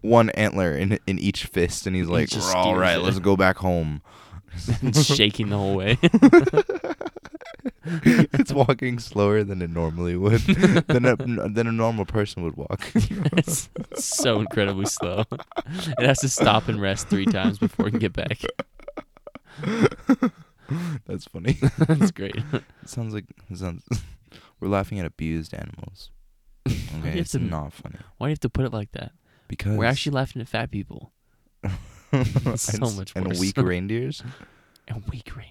Speaker 3: one antler in in each fist, and he's
Speaker 1: He
Speaker 3: like,
Speaker 1: just
Speaker 3: "All
Speaker 1: steers
Speaker 3: right,
Speaker 1: it."
Speaker 3: let's go back home."
Speaker 1: it's shaking the whole way.
Speaker 3: it's walking slower than it normally would, than a than a normal person would walk.
Speaker 1: it's so incredibly slow. It has to stop and rest three times before it can get back.
Speaker 3: That's funny.
Speaker 1: That's great.
Speaker 3: It sounds like it sounds. We're laughing at abused animals. Okay,
Speaker 1: you have
Speaker 3: it's
Speaker 1: to-
Speaker 3: not funny
Speaker 1: Why do you have to put it like that?
Speaker 3: because
Speaker 1: We're actually laughing at fat people
Speaker 3: and
Speaker 1: so
Speaker 3: s-
Speaker 1: much
Speaker 3: and
Speaker 1: worse.
Speaker 3: weak reindeers.
Speaker 1: and weak reindeer.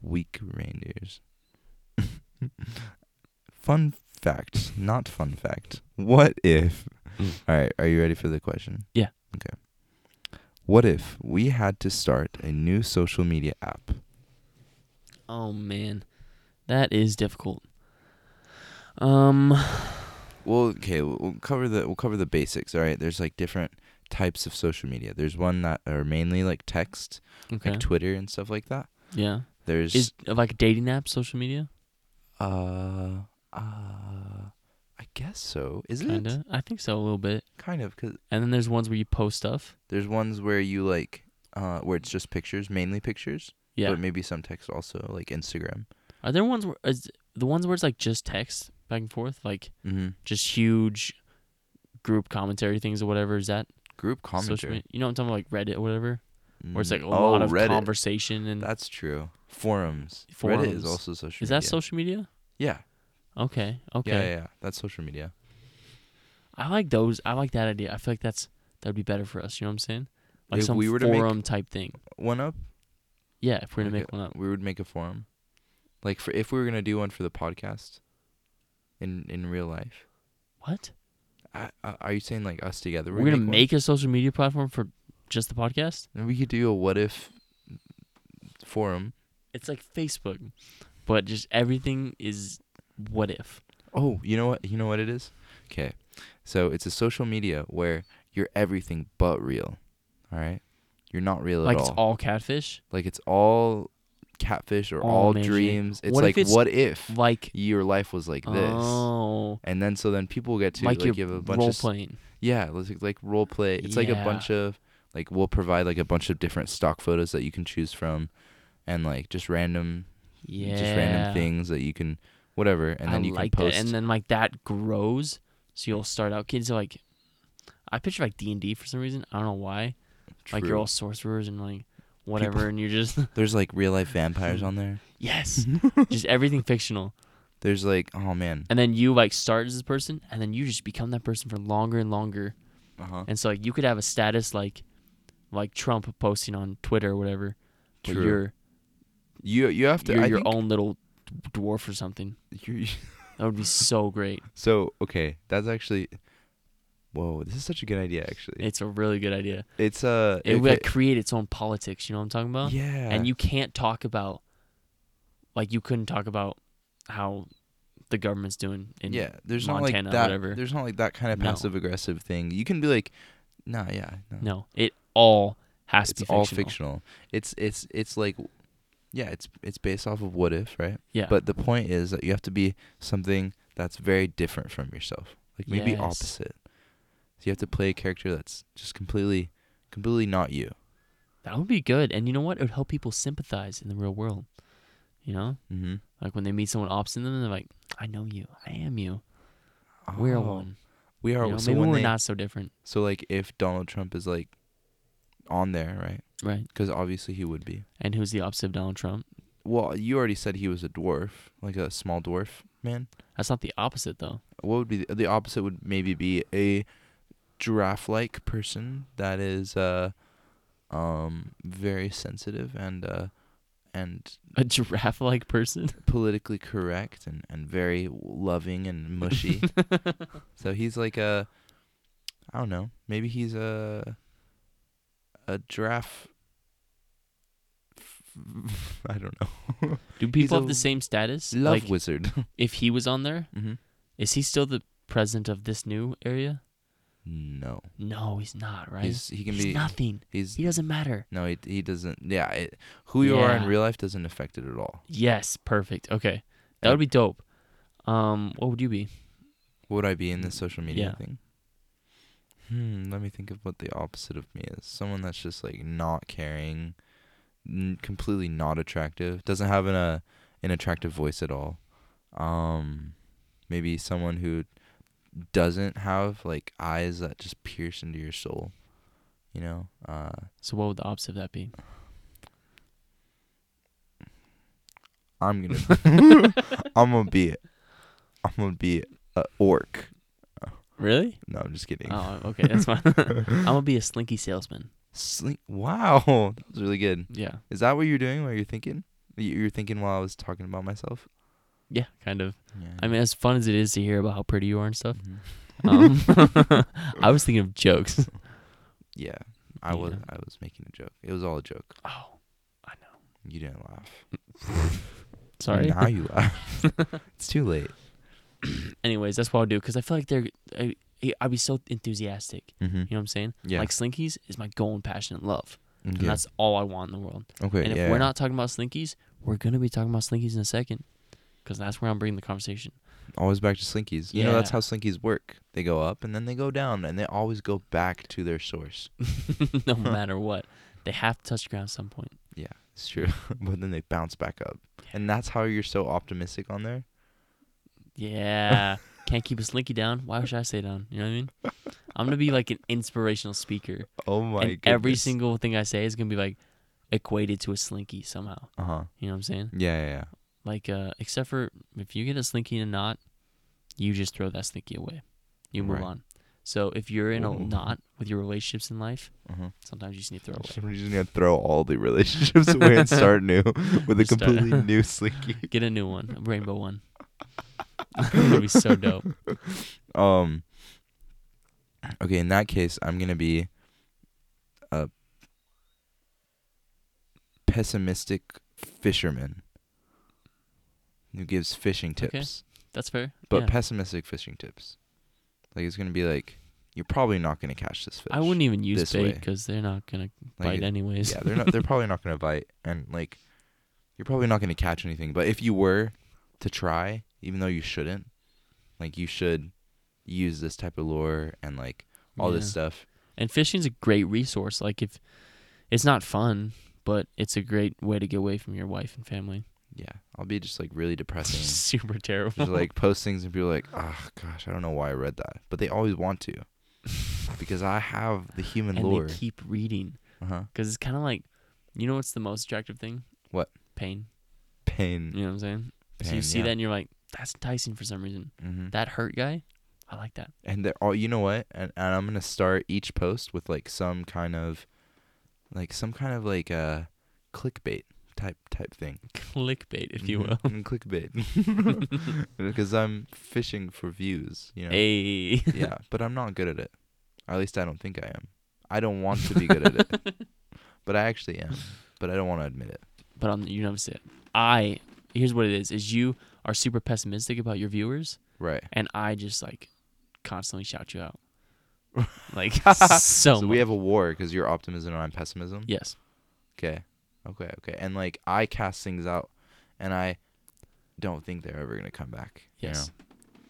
Speaker 3: Weak reindeers. fun fact, not fun fact. What if?
Speaker 1: Mm.
Speaker 3: All right, are you ready for the question?
Speaker 1: Yeah.
Speaker 3: Okay. What if we had to start a new social media app?
Speaker 1: Oh man, that is difficult. Um,
Speaker 3: Well, okay, we'll we'll cover the we'll cover the basics. All right, there's like different types of social media. There's one that are mainly like text,
Speaker 1: okay,
Speaker 3: like Twitter and stuff like that.
Speaker 1: yeah,
Speaker 3: There's
Speaker 1: is like dating app social media?
Speaker 3: uh uh I guess so. Is it
Speaker 1: Kinda, I think so a little bit.
Speaker 3: kind of cuz
Speaker 1: And then there's ones where you post stuff.
Speaker 3: there's ones where you like uh where it's just pictures, mainly pictures,
Speaker 1: Yeah,
Speaker 3: but maybe some text also, like Instagram.
Speaker 1: are there ones where is the ones where it's like just text back and forth, like
Speaker 3: Mhm.
Speaker 1: just huge group commentary things or whatever? Is that
Speaker 3: Group
Speaker 1: social
Speaker 3: commentary.
Speaker 1: media? You know what I'm talking about, like Reddit or whatever, where it's like a
Speaker 3: Mm,
Speaker 1: lot
Speaker 3: oh,
Speaker 1: of
Speaker 3: Reddit.
Speaker 1: conversation and
Speaker 3: That's true. Forums. Reddit
Speaker 1: Forums.
Speaker 3: is also social
Speaker 1: is
Speaker 3: media.
Speaker 1: that social media?
Speaker 3: Yeah.
Speaker 1: Okay, okay.
Speaker 3: Yeah, yeah, yeah. That's social media.
Speaker 1: I like those. I like that idea. I feel like that's that'd be better for us. You know what I'm saying? Like
Speaker 3: If
Speaker 1: some
Speaker 3: we were to make-
Speaker 1: forum type thing.
Speaker 3: One up,
Speaker 1: Yeah, if we're gonna
Speaker 3: like
Speaker 1: make
Speaker 3: a-
Speaker 1: one up.
Speaker 3: We would make a forum. Like for if we were gonna do one for the podcast in in real life.
Speaker 1: What?
Speaker 3: I, I, are you saying like us together?
Speaker 1: We're, gonna
Speaker 3: one?
Speaker 1: make, a social media platform for just the podcast.
Speaker 3: And we could do a what if forum.
Speaker 1: It's like Facebook, but just everything is what if.
Speaker 3: Oh, you know what? You know what it is? Okay. So it's a social media where you're everything but real. All right? You're not real
Speaker 1: like
Speaker 3: at
Speaker 1: it's
Speaker 3: all.
Speaker 1: all catfish.
Speaker 3: Like it's all catfish or
Speaker 1: All
Speaker 3: all
Speaker 1: man shit.
Speaker 3: dreams. It's
Speaker 1: What if
Speaker 3: like
Speaker 1: it's
Speaker 3: what if
Speaker 1: Like
Speaker 3: your life was like this?
Speaker 1: oh,
Speaker 3: And then so then people get to
Speaker 1: like,
Speaker 3: like,
Speaker 1: you're
Speaker 3: give a bunch
Speaker 1: role
Speaker 3: of s-
Speaker 1: playing.
Speaker 3: Yeah, let's like, like role play. It's like a
Speaker 1: Yeah.
Speaker 3: bunch of like we'll provide like a bunch of different stock photos that you can choose from, and like just random,
Speaker 1: Yeah,
Speaker 3: just random things that you can, whatever, and
Speaker 1: I
Speaker 3: then you
Speaker 1: like
Speaker 3: can post.
Speaker 1: that. And then like that grows. So you'll start out kids are like. I picture like D and D for some reason. I don't know why. Like you're
Speaker 3: True.
Speaker 1: all sorcerers and like whatever, and you're just
Speaker 3: There's like real life vampires on there.
Speaker 1: Yes. just everything fictional.
Speaker 3: There's like oh man.
Speaker 1: And then you like start as this person and then you just become that person for longer and longer.
Speaker 3: Uh huh.
Speaker 1: And so like you could have a status like like Trump posting on Twitter or whatever. Where
Speaker 3: True.
Speaker 1: you're
Speaker 3: You you have to.
Speaker 1: you're
Speaker 3: I
Speaker 1: your
Speaker 3: think
Speaker 1: own little dwarf or something.
Speaker 3: you
Speaker 1: That would be so great.
Speaker 3: so okay. That's actually. Whoa, this is such a good idea. Actually,
Speaker 1: It's a really good idea.
Speaker 3: it's uh.
Speaker 1: It would
Speaker 3: okay,
Speaker 1: like, create its own politics, you know what I'm talking about?
Speaker 3: yeah.
Speaker 1: And you can't talk about like you couldn't talk about how the government's doing in
Speaker 3: yeah, there's not
Speaker 1: Montana,
Speaker 3: like that.
Speaker 1: whatever.
Speaker 3: There's not like that kind of
Speaker 1: No.
Speaker 3: passive aggressive thing. You can be like, nah, yeah, no,
Speaker 1: No. It all has
Speaker 3: it's
Speaker 1: to be
Speaker 3: all
Speaker 1: fictional.
Speaker 3: fictional. It's it's it's like, yeah, it's it's based off of what if, right?
Speaker 1: Yeah.
Speaker 3: But the point is that you have to be something that's very different from yourself, like maybe
Speaker 1: Yes.
Speaker 3: opposite. So you have to play a character that's just completely, completely not you.
Speaker 1: That would be good. And you know what? It would help people sympathize in the real world. You know?
Speaker 3: Mm-hmm.
Speaker 1: Like when they meet someone opposite them, they're like, I know you. I am you. We're one.
Speaker 3: We are.
Speaker 1: You know?
Speaker 3: Oh. so
Speaker 1: Maybe
Speaker 3: when
Speaker 1: we're
Speaker 3: they-
Speaker 1: not so different.
Speaker 3: so like if Donald Trump is like, on there, right?
Speaker 1: Right.
Speaker 3: Because obviously he would be.
Speaker 1: And who's the opposite of Donald Trump?
Speaker 3: Well, you already said he was a dwarf, like a small dwarf man.
Speaker 1: That's not the opposite, though.
Speaker 3: What would be the, the opposite? Would maybe be a giraffe-like person that is, uh, um, very sensitive and uh, and
Speaker 1: A giraffe like person?
Speaker 3: politically correct and and very loving and mushy. so he's like a, I don't know, maybe he's a a giraffe. I don't know.
Speaker 1: Do people
Speaker 3: a
Speaker 1: have the same status?
Speaker 3: Love
Speaker 1: like,
Speaker 3: wizard.
Speaker 1: if he was on there,
Speaker 3: mm-hmm.
Speaker 1: is he still the president of this new area?
Speaker 3: No.
Speaker 1: No, he's not, right?
Speaker 3: He's, he can
Speaker 1: He's
Speaker 3: be.
Speaker 1: nothing.
Speaker 3: He's
Speaker 1: He doesn't matter.
Speaker 3: no. He he doesn't. Yeah. It, who you are in
Speaker 1: Yeah.
Speaker 3: real life doesn't affect it at all.
Speaker 1: Yes, perfect. Okay. That would be dope. Um, what would you be?
Speaker 3: What would I be in this social media
Speaker 1: Mm, Yeah.
Speaker 3: thing? Hmm. Let me think of what the opposite of me is. Someone that's just like not caring, n- completely not attractive. Doesn't have an uh, an attractive voice at all. Um, maybe someone who doesn't have like eyes that just pierce into your soul. You know. Uh.
Speaker 1: So what would the opposite of that be?
Speaker 3: I'm gonna I'm gonna be it. I'm gonna be a orc.
Speaker 1: Really?
Speaker 3: No, I'm just kidding.
Speaker 1: Oh, okay, that's fine. I'm gonna be a slinky salesman.
Speaker 3: Slink. Wow, that was really good.
Speaker 1: Yeah,
Speaker 3: Is that what you're doing? While you're thinking? You- You're thinking while I was talking about myself.
Speaker 1: yeah, kind of.
Speaker 3: Yeah.
Speaker 1: I mean, as fun as it is to hear about how pretty you are and stuff,
Speaker 3: Mhm.
Speaker 1: um, I was thinking of jokes.
Speaker 3: yeah. I was
Speaker 1: Yeah.
Speaker 3: I was making a joke. It was all a joke.
Speaker 1: Oh,
Speaker 3: You didn't laugh.
Speaker 1: sorry.
Speaker 3: Now you laugh. it's too late.
Speaker 1: Anyways, that's what I'll do because I feel like they're. I, I'd be so enthusiastic.
Speaker 3: Mm-hmm.
Speaker 1: You know what I'm saying?
Speaker 3: Yeah.
Speaker 1: Like Slinkies is my goal and passion and love,
Speaker 3: okay.
Speaker 1: and that's all I want in the world.
Speaker 3: okay.
Speaker 1: and if
Speaker 3: yeah.
Speaker 1: we're not talking about Slinkies, we're gonna be talking about Slinkies in a second, because that's where I'm bringing the conversation.
Speaker 3: always back to Slinkies. You know that's
Speaker 1: Yeah.
Speaker 3: how Slinkies work. They go up and then they go down, and they always go back to their source.
Speaker 1: no matter what, they have to touch ground at some point.
Speaker 3: Yeah, it's true. but then they bounce back up, and that's how you're so optimistic on there.
Speaker 1: Yeah. Can't keep a slinky down. Why should I stay down? You know what I mean? I'm gonna be like an inspirational speaker,
Speaker 3: Oh my!
Speaker 1: and every
Speaker 3: goodness.
Speaker 1: single thing I say is gonna be like equated to a slinky somehow.
Speaker 3: Uh huh.
Speaker 1: You know what I'm saying?
Speaker 3: Yeah, yeah, yeah.
Speaker 1: Like, uh, except for if you get a slinky and a knot, you just throw that slinky away. You move
Speaker 3: Right.
Speaker 1: on. So if you're in a
Speaker 3: Ooh.
Speaker 1: knot with your relationships in life,
Speaker 3: Uh-huh.
Speaker 1: sometimes you just need to throw away.
Speaker 3: Somebody's just gonna throw all the relationships away and start new with a
Speaker 1: Start-
Speaker 3: completely new Slinky.
Speaker 1: Get a new one, a rainbow one. That'd be so dope.
Speaker 3: Um. Okay, in that case, I'm gonna be a pessimistic fisherman who gives fishing tips,
Speaker 1: Okay. That's fair.
Speaker 3: but
Speaker 1: yeah.
Speaker 3: pessimistic fishing tips. Like it's gonna be like you're probably not gonna catch this fish.
Speaker 1: I wouldn't even use
Speaker 3: this
Speaker 1: bait
Speaker 3: way.
Speaker 1: because they're not gonna
Speaker 3: Like,
Speaker 1: bite anyways.
Speaker 3: yeah, they're not. They're probably not gonna bite, and like you're probably not gonna catch anything. But if you were to try, even though you shouldn't, like you should use this type of lure and like all
Speaker 1: Yeah.
Speaker 3: this stuff.
Speaker 1: And fishing's a great resource. Like if it's not fun, but it's a great way to get away from your wife and family.
Speaker 3: Yeah, I'll be just like really depressing.
Speaker 1: Super terrible.
Speaker 3: just like post things and people are like, oh gosh, I don't know why I read that, but they always want to because I have the human
Speaker 1: and
Speaker 3: lore.
Speaker 1: they keep reading
Speaker 3: Uh huh.
Speaker 1: because it's kind of like, you know, what's the most attractive thing?
Speaker 3: What?
Speaker 1: Pain.
Speaker 3: Pain.
Speaker 1: You know what I'm saying? so you
Speaker 3: Pain,
Speaker 1: see
Speaker 3: yeah.
Speaker 1: that and you're like, that's enticing for some reason.
Speaker 3: Mm-hmm.
Speaker 1: That hurt guy, I like that.
Speaker 3: and they're all you know what and, and i'm gonna start each post with like some kind of like some kind of like uh clickbait type type thing
Speaker 1: Clickbait, if you will.
Speaker 3: Mhm. Mm, clickbait because i'm fishing for views you know
Speaker 1: Hey.
Speaker 3: yeah but i'm not good at it or at least i don't think i am i don't want to be good at it but i actually am but i don't want to admit it
Speaker 1: but I'm, you know what I'm saying. I here's what it is: is you are super pessimistic about your viewers,
Speaker 3: right
Speaker 1: and I just like constantly shout you out, like so.
Speaker 3: so we have a war because you're optimism and i'm pessimism
Speaker 1: yes,
Speaker 3: Okay. Okay, okay. And like I cast things out and I don't think they're ever gonna come back. you
Speaker 1: yes.
Speaker 3: know?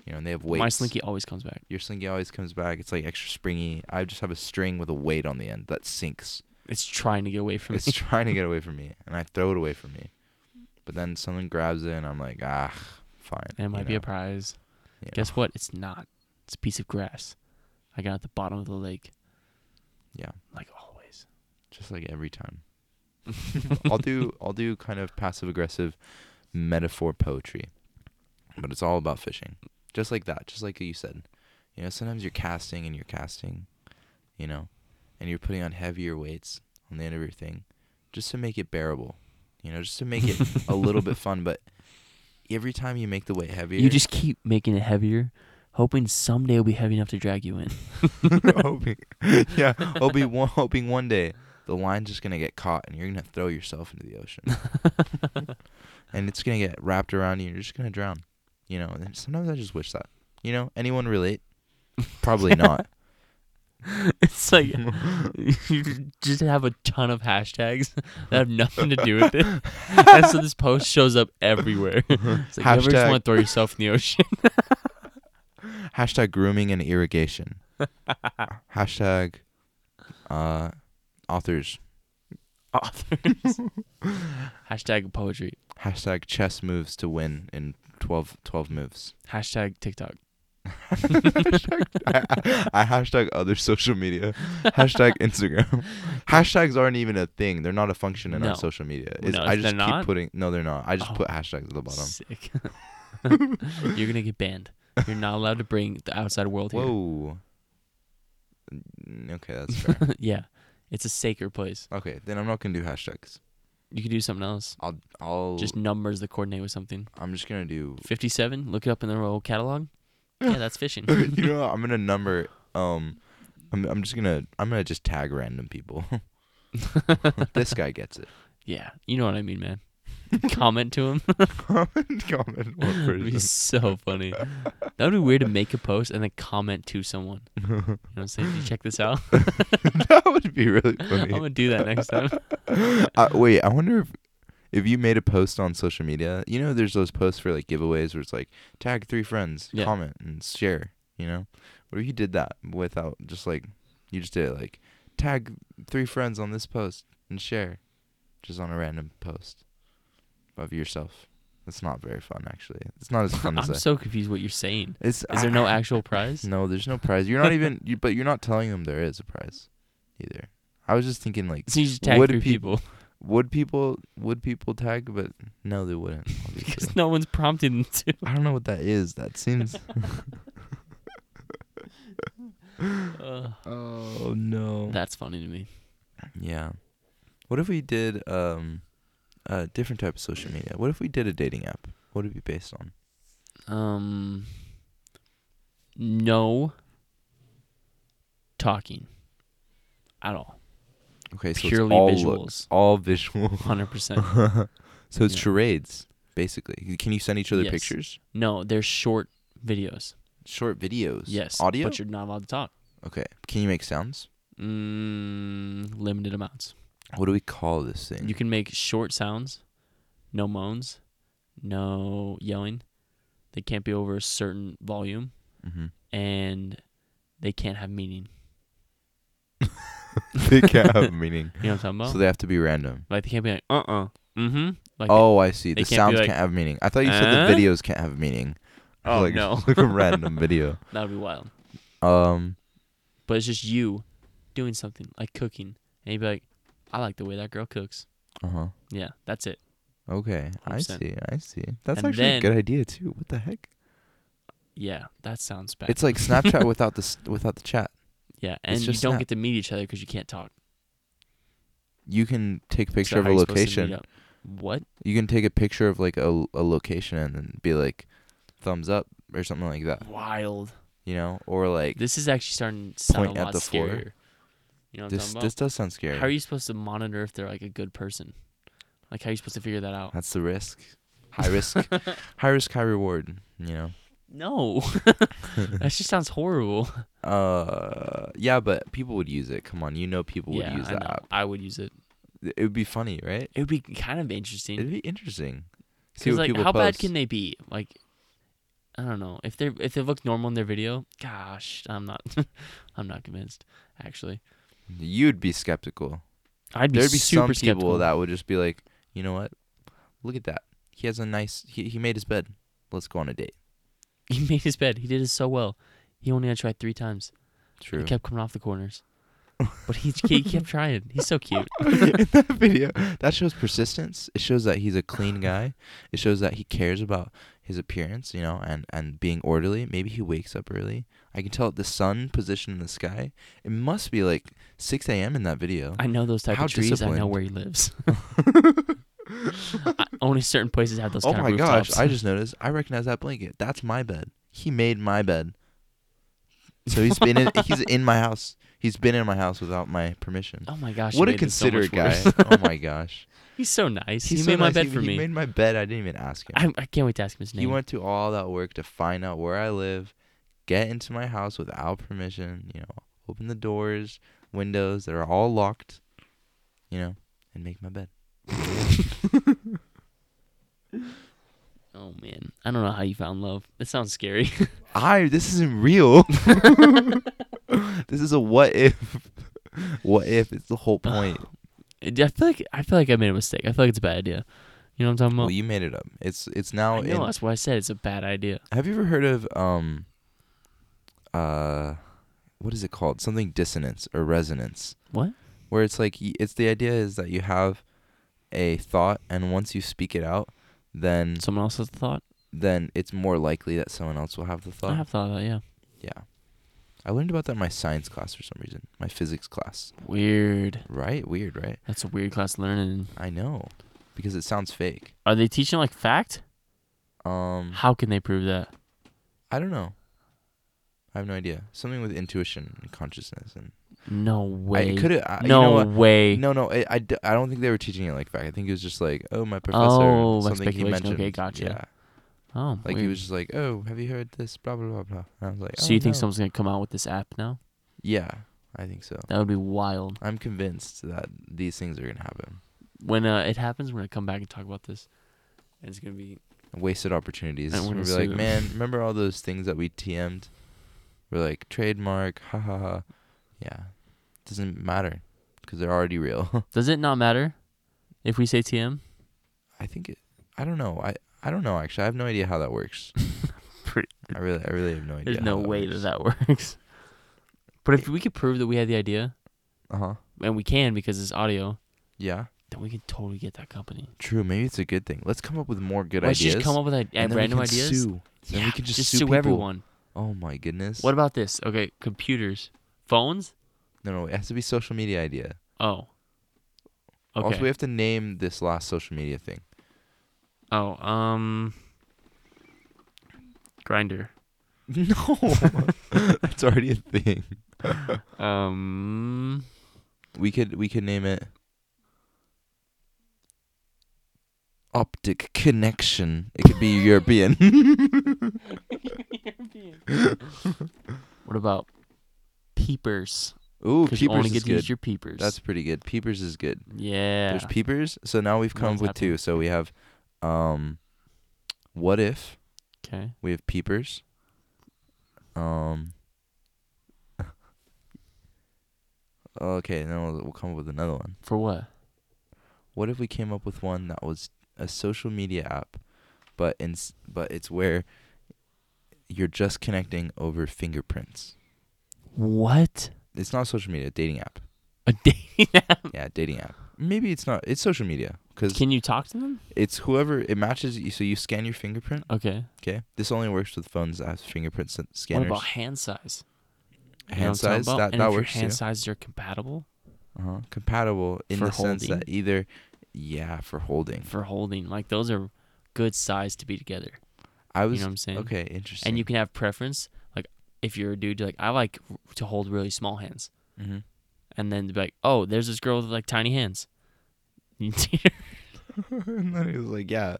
Speaker 3: You know, and they have weights.
Speaker 1: My slinky always comes back.
Speaker 3: your slinky always comes back. It's like extra springy. I just have a string with a weight on the end that sinks.
Speaker 1: It's trying to get away from
Speaker 3: It's
Speaker 1: me.
Speaker 3: trying to get away from me and I throw it away from me. But then someone grabs it and I'm like, ah, fine.
Speaker 1: and it
Speaker 3: you
Speaker 1: might be a
Speaker 3: know?
Speaker 1: prize.
Speaker 3: You know?
Speaker 1: Guess what? It's not. It's a piece of grass. I got at the bottom of the lake,
Speaker 3: Yeah.
Speaker 1: like always.
Speaker 3: Just like every time. I'll do I'll do kind of passive aggressive metaphor poetry. But it's all about fishing. Just like that, just like you said. You know, sometimes you're casting and you're casting, you know, and you're putting on heavier weights on the end of your thing just to make it bearable. You know, just to make it a little bit fun, but every time you make the weight heavier,
Speaker 1: You just keep making it heavier, hoping someday it'll be heavy enough to drag you in.
Speaker 3: hoping, yeah, hoping one, hoping one day the line's just gonna get caught and you're gonna throw yourself into the ocean, and it's gonna get wrapped around you. and You're just gonna drown, you know. And sometimes I just wish that, you know. Anyone relate? Probably not.
Speaker 1: It's like you just have a ton of hashtags that have nothing to do with it. and so this post shows up everywhere. It's like, you ever just
Speaker 3: Hashtag-
Speaker 1: want to throw yourself in the ocean?
Speaker 3: Hashtag grooming and irrigation. Hashtag uh, authors.
Speaker 1: Authors. Hashtag poetry.
Speaker 3: Hashtag chess moves to win in 12, 12 moves.
Speaker 1: Hashtag TikTok.
Speaker 3: I, I hashtag other social media. Hashtag Instagram. hashtags aren't even a thing. They're not a function in
Speaker 1: No.
Speaker 3: our social media. It's,
Speaker 1: No,
Speaker 3: I just
Speaker 1: they're
Speaker 3: keep
Speaker 1: not?
Speaker 3: putting. No, they're not. I just
Speaker 1: Oh.
Speaker 3: put hashtags at the bottom.
Speaker 1: Sick. You're gonna get banned. You're not allowed to bring the outside world
Speaker 3: Whoa. Mm, Okay, that's fair.
Speaker 1: here. yeah, it's a sacred place.
Speaker 3: okay, then I'm not gonna do hashtags.
Speaker 1: You could do something else.
Speaker 3: I'll. I'll.
Speaker 1: Just numbers that coordinate with something.
Speaker 3: I'm just gonna do.
Speaker 1: Fifty-seven. Look it up in the old catalog. Yeah, that's fishing.
Speaker 3: you know, what? I'm gonna number um I'm I'm just gonna I'm gonna just tag random people. this guy gets it.
Speaker 1: Yeah, you know what I mean, man. Comment to him.
Speaker 3: comment, comment one
Speaker 1: It'd be
Speaker 3: person.
Speaker 1: so funny. That would be weird to make a post and then comment to someone. You know what I'm saying? Did you check this out?
Speaker 3: that would be really
Speaker 1: I'm
Speaker 3: funny.
Speaker 1: gonna do that next time.
Speaker 3: uh, wait, I wonder if if you made a post on social media, you know, there's those posts for like giveaways where it's like tag three friends,
Speaker 1: Yeah.
Speaker 3: comment and share. You know, what if you did that without just like you just did it, like tag three friends on this post and share, just on a random post of yourself. That's not very fun, actually. It's not as fun
Speaker 1: I'm
Speaker 3: as I.
Speaker 1: so confused what you're saying.
Speaker 3: it's
Speaker 1: Is there no actual prize?
Speaker 3: No, there's no prize. You're not even, you, but you're not telling them there is a prize, either. I was just thinking like
Speaker 1: So you just tag
Speaker 3: Would
Speaker 1: three
Speaker 3: peop-
Speaker 1: people
Speaker 3: would people would people tag but no they wouldn't obviously.
Speaker 1: because no one's prompting them to.
Speaker 3: i don't know what that is that seems
Speaker 1: Uh,
Speaker 3: oh no
Speaker 1: that's funny to me.
Speaker 3: yeah what if we did um a different type of social media what if we did a dating app what would it be based on
Speaker 1: Um, no talking at all.
Speaker 3: okay so
Speaker 1: Purely
Speaker 3: it's all
Speaker 1: visuals.
Speaker 3: looks, all visual
Speaker 1: Hundred percent.
Speaker 3: so it's
Speaker 1: Yeah.
Speaker 3: charades basically can you send each other
Speaker 1: Yes.
Speaker 3: pictures
Speaker 1: No, they're short videos.
Speaker 3: short videos
Speaker 1: Yes,
Speaker 3: audio
Speaker 1: but you're not allowed to talk.
Speaker 3: okay can you make sounds
Speaker 1: Mm, limited amounts.
Speaker 3: what do we call this thing
Speaker 1: You can make short sounds, no moans, no yelling. They can't be over a certain volume,
Speaker 3: mm-hmm.
Speaker 1: and they can't have meaning.
Speaker 3: they can't have meaning
Speaker 1: You know what I'm talking about?
Speaker 3: so they have to be random
Speaker 1: like they can't be like uh uh mm-hmm. Like
Speaker 3: oh, I see.
Speaker 1: they can't
Speaker 3: The
Speaker 1: be
Speaker 3: sounds
Speaker 1: like,
Speaker 3: can't have meaning. I thought you said
Speaker 1: "Huh?"
Speaker 3: the videos can't have meaning. I was
Speaker 1: Oh,
Speaker 3: like,
Speaker 1: no.
Speaker 3: like a random video.
Speaker 1: that would be wild.
Speaker 3: Um,
Speaker 1: But it's just you doing something like cooking, and you'd be like, I like the way that girl cooks.
Speaker 3: uh huh.
Speaker 1: Yeah, that's it.
Speaker 3: Okay, I
Speaker 1: 100%.
Speaker 3: see. I see. That's
Speaker 1: And
Speaker 3: actually
Speaker 1: then-
Speaker 3: a good idea too. What the heck?
Speaker 1: Yeah, that sounds bad.
Speaker 3: It's like Snapchat without the s- without the chat.
Speaker 1: yeah, and you
Speaker 3: just
Speaker 1: don't
Speaker 3: not-
Speaker 1: get to meet each other because you can't talk.
Speaker 3: You can take a
Speaker 1: Is
Speaker 3: picture
Speaker 1: that
Speaker 3: of
Speaker 1: how
Speaker 3: a
Speaker 1: you're supposed to meet
Speaker 3: location.
Speaker 1: up? What?
Speaker 3: You can take a picture of like a a location and then be like, thumbs up or something like that.
Speaker 1: Wild.
Speaker 3: You know, or like
Speaker 1: This is actually starting to sound
Speaker 3: Point
Speaker 1: a
Speaker 3: at
Speaker 1: lot
Speaker 3: the floor.
Speaker 1: scarier. You know what I'm
Speaker 3: this.
Speaker 1: talking
Speaker 3: This
Speaker 1: about?
Speaker 3: does sound scary.
Speaker 1: How are you supposed to monitor if they're like a good person? Like how are you supposed to figure that out?
Speaker 3: That's the risk. High risk. high risk, high reward. You know.
Speaker 1: No. that just sounds horrible.
Speaker 3: Uh, yeah, but people would use it. Come on, you know people would
Speaker 1: yeah,
Speaker 3: use
Speaker 1: I,
Speaker 3: that
Speaker 1: know.
Speaker 3: app.
Speaker 1: I would use it.
Speaker 3: It would be funny, right?
Speaker 1: It would be kind of interesting.
Speaker 3: It'd be interesting. See
Speaker 1: Because
Speaker 3: what
Speaker 1: like,
Speaker 3: people
Speaker 1: how bad
Speaker 3: post.
Speaker 1: can they be? Like, I don't know. If they are if they look normal in their video, gosh, I'm not, I'm not convinced. Actually,
Speaker 3: You'd be skeptical.
Speaker 1: I'd be
Speaker 3: There'd be
Speaker 1: super
Speaker 3: some people
Speaker 1: skeptical.
Speaker 3: that would just be like, you know what? Look at that. He has a nice. He he made his bed. Let's go on a date.
Speaker 1: He made his bed. He did it so well. He only had tried three times.
Speaker 3: True.
Speaker 1: He kept coming off the corners, but he, he kept trying. He's so cute.
Speaker 3: in that video, that shows persistence. It shows that he's a clean guy. It shows that he cares about his appearance, you know, and and being orderly. Maybe he wakes up early. I can tell the sun position in the sky. It must be like 6 a.m. in that video.
Speaker 1: I know those type
Speaker 3: How
Speaker 1: of trees. I know
Speaker 3: disciplined.
Speaker 1: where he lives. I- only certain places have those
Speaker 3: oh
Speaker 1: kind
Speaker 3: my
Speaker 1: of
Speaker 3: gosh!
Speaker 1: rooftops.
Speaker 3: I just noticed. I recognize that blanket. That's my bed. He made my bed. So he's been in, he's in my house. He's been in my house without my permission.
Speaker 1: oh my gosh! you
Speaker 3: what a
Speaker 1: made this so much
Speaker 3: considerate guy!
Speaker 1: worse.
Speaker 3: oh my gosh!
Speaker 1: He's so nice.
Speaker 3: He's
Speaker 1: he
Speaker 3: so
Speaker 1: made my
Speaker 3: nice.
Speaker 1: bed
Speaker 3: He-
Speaker 1: for
Speaker 3: he
Speaker 1: me.
Speaker 3: made my bed. I didn't even ask him.
Speaker 1: I, I can't wait to ask him his name.
Speaker 3: He went to all that work to find out where I live, get into my house without permission, you know, open the doors, windows, they're all locked, you know, and make my bed.
Speaker 1: Oh man, I don't know how you found love. It sounds scary.
Speaker 3: I this isn't real. this is a what if. What if it's the whole point?
Speaker 1: I feel like I feel like I made a mistake. I feel like it's a bad idea. You know what I'm talking about?
Speaker 3: well, you made it up. It's it's now
Speaker 1: I know,
Speaker 3: in
Speaker 1: that's why I said it's a bad idea.
Speaker 3: Have you ever heard of um uh what is it called? Something dissonance or resonance.
Speaker 1: What?
Speaker 3: Where it's like y- it's the idea is that you have a thought and once you speak it out, then
Speaker 1: Someone else has a thought.
Speaker 3: then it's more likely that someone else will have the thought.
Speaker 1: I have thought of that. Yeah.
Speaker 3: yeah. I learned about that in my science class for some reason. My physics class.
Speaker 1: Weird.
Speaker 3: Right? Weird, right?
Speaker 1: That's a weird class learning.
Speaker 3: I know. Because it sounds fake.
Speaker 1: Are they teaching like fact?
Speaker 3: Um
Speaker 1: How can they prove that?
Speaker 3: I don't know. I have no idea. Something with intuition and consciousness and
Speaker 1: No way.
Speaker 3: I could
Speaker 1: no
Speaker 3: have. you know what?
Speaker 1: way.
Speaker 3: No, no, I, I, d- I don't think they were teaching it like that. I think it was just like, oh, my professor,
Speaker 1: Oh, like
Speaker 3: something he
Speaker 1: speculation.
Speaker 3: mentioned.
Speaker 1: Okay, gotcha.
Speaker 3: Yeah,
Speaker 1: Oh,
Speaker 3: like he
Speaker 1: weird.
Speaker 3: was just like, oh, have you heard this? Blah blah blah blah. And I was like,
Speaker 1: So
Speaker 3: oh,
Speaker 1: you think
Speaker 3: no.
Speaker 1: someone's gonna come out with this app now?
Speaker 3: Yeah, I think so.
Speaker 1: That would be wild.
Speaker 3: I'm convinced that these things are gonna happen.
Speaker 1: When uh, it happens, we're gonna come back and talk about this. And it's gonna be
Speaker 3: Wasted opportunities.
Speaker 1: And we're gonna
Speaker 3: We're be
Speaker 1: sue
Speaker 3: like,
Speaker 1: them.
Speaker 3: man, remember all those things that we TM'd? We're like trademark, ha ha ha. Yeah, doesn't matter because they're already real.
Speaker 1: Does it not matter if we say TM?
Speaker 3: I think it. I don't know. I I don't know actually. I have no idea how that works.
Speaker 1: Pretty-
Speaker 3: I really I really have no idea.
Speaker 1: There's no way that that works. But if we could prove that we had the idea,
Speaker 3: Uh huh.
Speaker 1: and we can because it's audio,
Speaker 3: Yeah.
Speaker 1: then we can totally get that company.
Speaker 3: True. Maybe it's a good thing. Let's come up with more good
Speaker 1: Let's
Speaker 3: ideas.
Speaker 1: just come up with like,
Speaker 3: and then we
Speaker 1: random
Speaker 3: can
Speaker 1: ideas.
Speaker 3: Sue. Then we
Speaker 1: Yeah,
Speaker 3: can just
Speaker 1: just
Speaker 3: sue
Speaker 1: sue
Speaker 3: people.
Speaker 1: everyone.
Speaker 3: Oh my goodness.
Speaker 1: What about this? Okay, computers, phones.
Speaker 3: No, no. It has to be social media idea.
Speaker 1: Oh. Okay.
Speaker 3: Also, we have to name this last social media thing.
Speaker 1: Oh, um, grinder.
Speaker 3: No, that's already a thing.
Speaker 1: Um,
Speaker 3: We could we could name it optic connection. It could be European.
Speaker 1: what about peepers?
Speaker 3: Ooh,
Speaker 1: Because you
Speaker 3: peepers
Speaker 1: only
Speaker 3: is
Speaker 1: get to
Speaker 3: good.
Speaker 1: use your peepers.
Speaker 3: That's pretty good. Peepers is good.
Speaker 1: yeah.
Speaker 3: There's peepers. So now we've come up
Speaker 1: One's
Speaker 3: with
Speaker 1: happy.
Speaker 3: two. So we have, um, what if
Speaker 1: Okay.
Speaker 3: we have peepers? Um. Okay, then we'll, we'll come up with another one.
Speaker 1: For what?
Speaker 3: What if we came up with one that was a social media app, but in s- but it's where you're just connecting over fingerprints.
Speaker 1: What?
Speaker 3: It's not social media, dating app.
Speaker 1: A dating app?
Speaker 3: Yeah, dating app. Maybe it's not. It's social media because
Speaker 1: Can you talk to them?
Speaker 3: it's whoever it matches. You, so you scan your fingerprint.
Speaker 1: Okay.
Speaker 3: Okay, this only works with phones that have fingerprint sen-
Speaker 1: What
Speaker 3: scanners.
Speaker 1: about hand size? You know
Speaker 3: hand
Speaker 1: what I'm talking
Speaker 3: size
Speaker 1: about?
Speaker 3: that
Speaker 1: and
Speaker 3: that
Speaker 1: if
Speaker 3: works
Speaker 1: Your hand
Speaker 3: too.
Speaker 1: sizes are compatible
Speaker 3: Uh-huh. Compatible in
Speaker 1: For
Speaker 3: the sense that
Speaker 1: holding?
Speaker 3: either, yeah, for holding.
Speaker 1: for holding. Like those are good size to be together.
Speaker 3: I was
Speaker 1: you know what I'm saying?
Speaker 3: okay. Interesting.
Speaker 1: And you can have preference. Like if you're a dude, you're like I like to hold really small hands.
Speaker 3: hmm
Speaker 1: and then be like, "Oh, there's this girl with like tiny hands."
Speaker 3: and then he was like, "Yeah,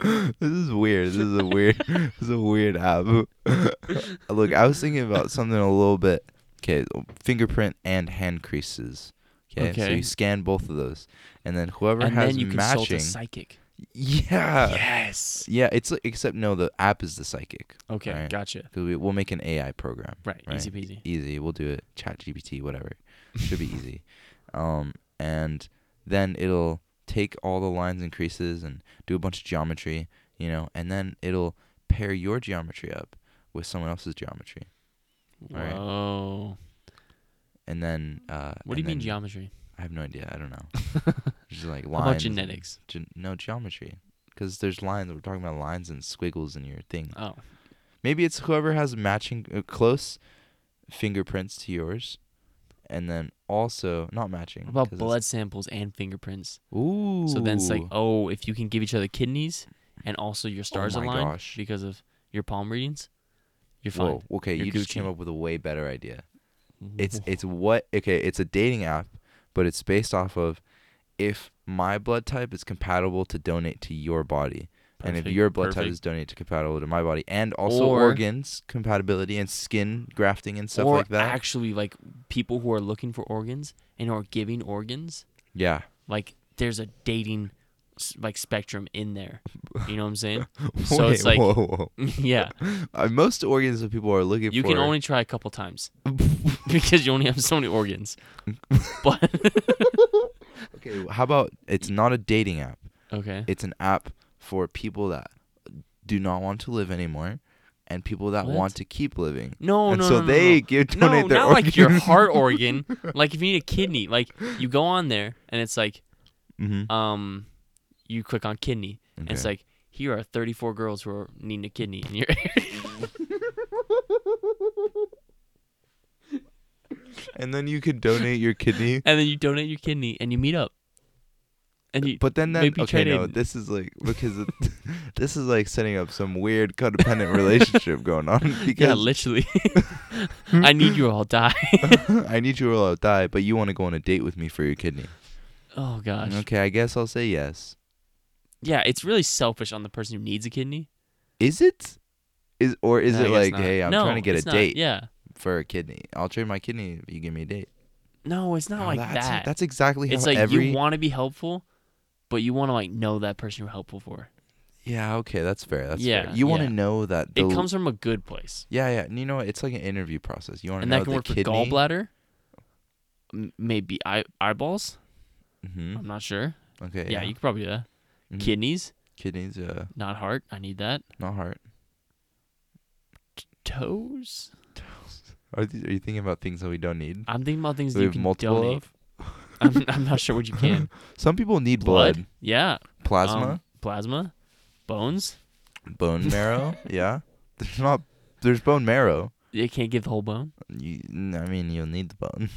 Speaker 3: this is weird. This is a weird. this is a weird app." Look, I was thinking about something a little bit. Okay, fingerprint and hand creases. Okay, so
Speaker 1: Okay.
Speaker 3: you scan both of those, and then whoever
Speaker 1: and
Speaker 3: has
Speaker 1: then you consult
Speaker 3: matching. Ah.
Speaker 1: a psychic.
Speaker 3: yeah.
Speaker 1: yes.
Speaker 3: Yeah, it's like, except no, the app is the psychic.
Speaker 1: Okay,
Speaker 3: Right.
Speaker 1: gotcha.
Speaker 3: Cause we, we'll make an AI program.
Speaker 1: Right,
Speaker 3: Right.
Speaker 1: easy peasy.
Speaker 3: easy. We'll do it. Chat GPT, whatever. Should be easy. Um, and then it'll take all the lines and creases and do a bunch of geometry, you know, and then it'll pair your geometry up with someone else's geometry. Alright.
Speaker 1: Whoa.
Speaker 3: And then uh
Speaker 1: What do you mean
Speaker 3: and then-
Speaker 1: geometry?
Speaker 3: I have no idea. I don't know. Just like
Speaker 1: How
Speaker 3: lines.
Speaker 1: about
Speaker 3: and-
Speaker 1: genetics?
Speaker 3: Gen- no geometry. Because there's lines. We're talking about lines and squiggles in your thing.
Speaker 1: Oh,
Speaker 3: Maybe it's whoever has matching uh, close fingerprints to yours, and then also not matching.
Speaker 1: what about
Speaker 3: 'cause
Speaker 1: blood samples and fingerprints?
Speaker 3: it's- Ooh. Oh
Speaker 1: So then it's like, oh, if you can give each other kidneys and also your stars
Speaker 3: my
Speaker 1: align
Speaker 3: gosh.
Speaker 1: because of your palm readings, you're fine.
Speaker 3: whoa. Okay,
Speaker 1: You're
Speaker 3: you just came
Speaker 1: Gucci.
Speaker 3: up with a way better idea. It's it's what okay. It's a dating app, but it's based off of if my blood type is compatible to donate to your body. And if
Speaker 1: Perfect,
Speaker 3: your blood type
Speaker 1: perfect.
Speaker 3: is donated to compatible to my body, and also
Speaker 1: Or-
Speaker 3: organs compatibility and skin grafting and stuff
Speaker 1: or
Speaker 3: like that,
Speaker 1: actually like people who are looking for organs and are giving organs,
Speaker 3: yeah,
Speaker 1: like there's a dating s- like spectrum in there. You know what I'm saying? So it's like-
Speaker 3: whoa, whoa.
Speaker 1: yeah.
Speaker 3: Uh, most organs that people are looking
Speaker 1: You
Speaker 3: for.
Speaker 1: can only try a couple times because you only have so many organs. But
Speaker 3: Okay, how about it's not a dating app?
Speaker 1: okay.
Speaker 3: It's an app for people that do not want to live anymore, and people that
Speaker 1: What?
Speaker 3: want to keep living.
Speaker 1: No,
Speaker 3: and
Speaker 1: no,
Speaker 3: so
Speaker 1: no, no,
Speaker 3: they
Speaker 1: no.
Speaker 3: give
Speaker 1: No,
Speaker 3: donate
Speaker 1: not
Speaker 3: their organs.
Speaker 1: like your heart organ. Like if you need a kidney, like you go on there and it's like
Speaker 3: hmm
Speaker 1: um you click on kidney and it's like here are 34 girls who are needing a kidney and you're
Speaker 3: and then you could donate your kidney.
Speaker 1: and then you donate your kidney and you meet up. and you,
Speaker 3: but then then
Speaker 1: maybe
Speaker 3: okay,
Speaker 1: try to-
Speaker 3: no, this is like because it, this is like setting up some weird codependent relationship going on
Speaker 1: yeah,
Speaker 3: because
Speaker 1: literally, I need you or I'll die.
Speaker 3: I need you or I'll die, but you want to go on a date with me for your kidney.
Speaker 1: Oh gosh,
Speaker 3: Okay, I guess I'll say yes.
Speaker 1: yeah, it's really selfish on the person who needs a kidney.
Speaker 3: Is it? Is or is
Speaker 1: I
Speaker 3: it
Speaker 1: guess
Speaker 3: like,
Speaker 1: not.
Speaker 3: hey, I'm
Speaker 1: No,
Speaker 3: trying to get a
Speaker 1: it's not.
Speaker 3: date
Speaker 1: Yeah,
Speaker 3: for a kidney. I'll trade my kidney if you give me a date.
Speaker 1: no, it's not
Speaker 3: Oh,
Speaker 1: like
Speaker 3: that's,
Speaker 1: that.
Speaker 3: That's exactly
Speaker 1: it's
Speaker 3: how
Speaker 1: like
Speaker 3: every.
Speaker 1: you want to be helpful, but you want to like know that person you're helpful for.
Speaker 3: yeah, okay, that's fair. That's fair.
Speaker 1: Yeah,
Speaker 3: You want to
Speaker 1: yeah.
Speaker 3: know that
Speaker 1: It
Speaker 3: the-
Speaker 1: comes from a good place,
Speaker 3: Yeah, yeah. And you know, what? it's like an interview process. You want to
Speaker 1: and
Speaker 3: know
Speaker 1: that can
Speaker 3: the
Speaker 1: work for
Speaker 3: kidney.
Speaker 1: gallbladder, m- maybe eye- eyeballs.
Speaker 3: hmm
Speaker 1: I'm not sure.
Speaker 3: Okay.
Speaker 1: Yeah, you could probably do that.
Speaker 3: Mhm.
Speaker 1: Kidneys,
Speaker 3: kidneys. Uh,
Speaker 1: not heart. I need that.
Speaker 3: not heart.
Speaker 1: Toes.
Speaker 3: Are, these, are you thinking about things that we don't need?
Speaker 1: I'm thinking about things
Speaker 3: We
Speaker 1: that you
Speaker 3: have
Speaker 1: can
Speaker 3: multiple
Speaker 1: donate.
Speaker 3: of?
Speaker 1: I'm, I'm not sure what you can.
Speaker 3: Some people need
Speaker 1: Blood?
Speaker 3: blood,
Speaker 1: Yeah.
Speaker 3: plasma,
Speaker 1: Um, plasma. Bones. Um.
Speaker 3: bone marrow. yeah, there's not. There's bone marrow.
Speaker 1: You can't give the whole bone.
Speaker 3: You, n- I mean, you'll need the bone.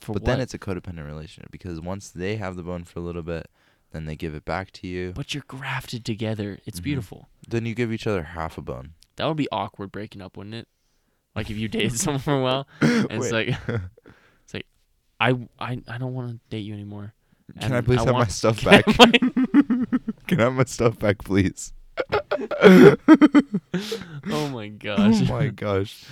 Speaker 1: For
Speaker 3: but
Speaker 1: what?
Speaker 3: then it's a codependent relationship because once they have the bone for a little bit, then they give it back to you.
Speaker 1: But you're grafted together. It's
Speaker 3: Mhm.
Speaker 1: beautiful.
Speaker 3: Then you give each other half a bone.
Speaker 1: That would be awkward breaking up, wouldn't it? Like if you dated someone for a while, and it's like, it's like, I I, I don't want to date you anymore.
Speaker 3: Can I
Speaker 1: and
Speaker 3: please
Speaker 1: I
Speaker 3: have my
Speaker 1: want-
Speaker 3: stuff
Speaker 1: Can I
Speaker 3: back? Can I have my stuff back, please?
Speaker 1: Oh my gosh.
Speaker 3: Oh my gosh.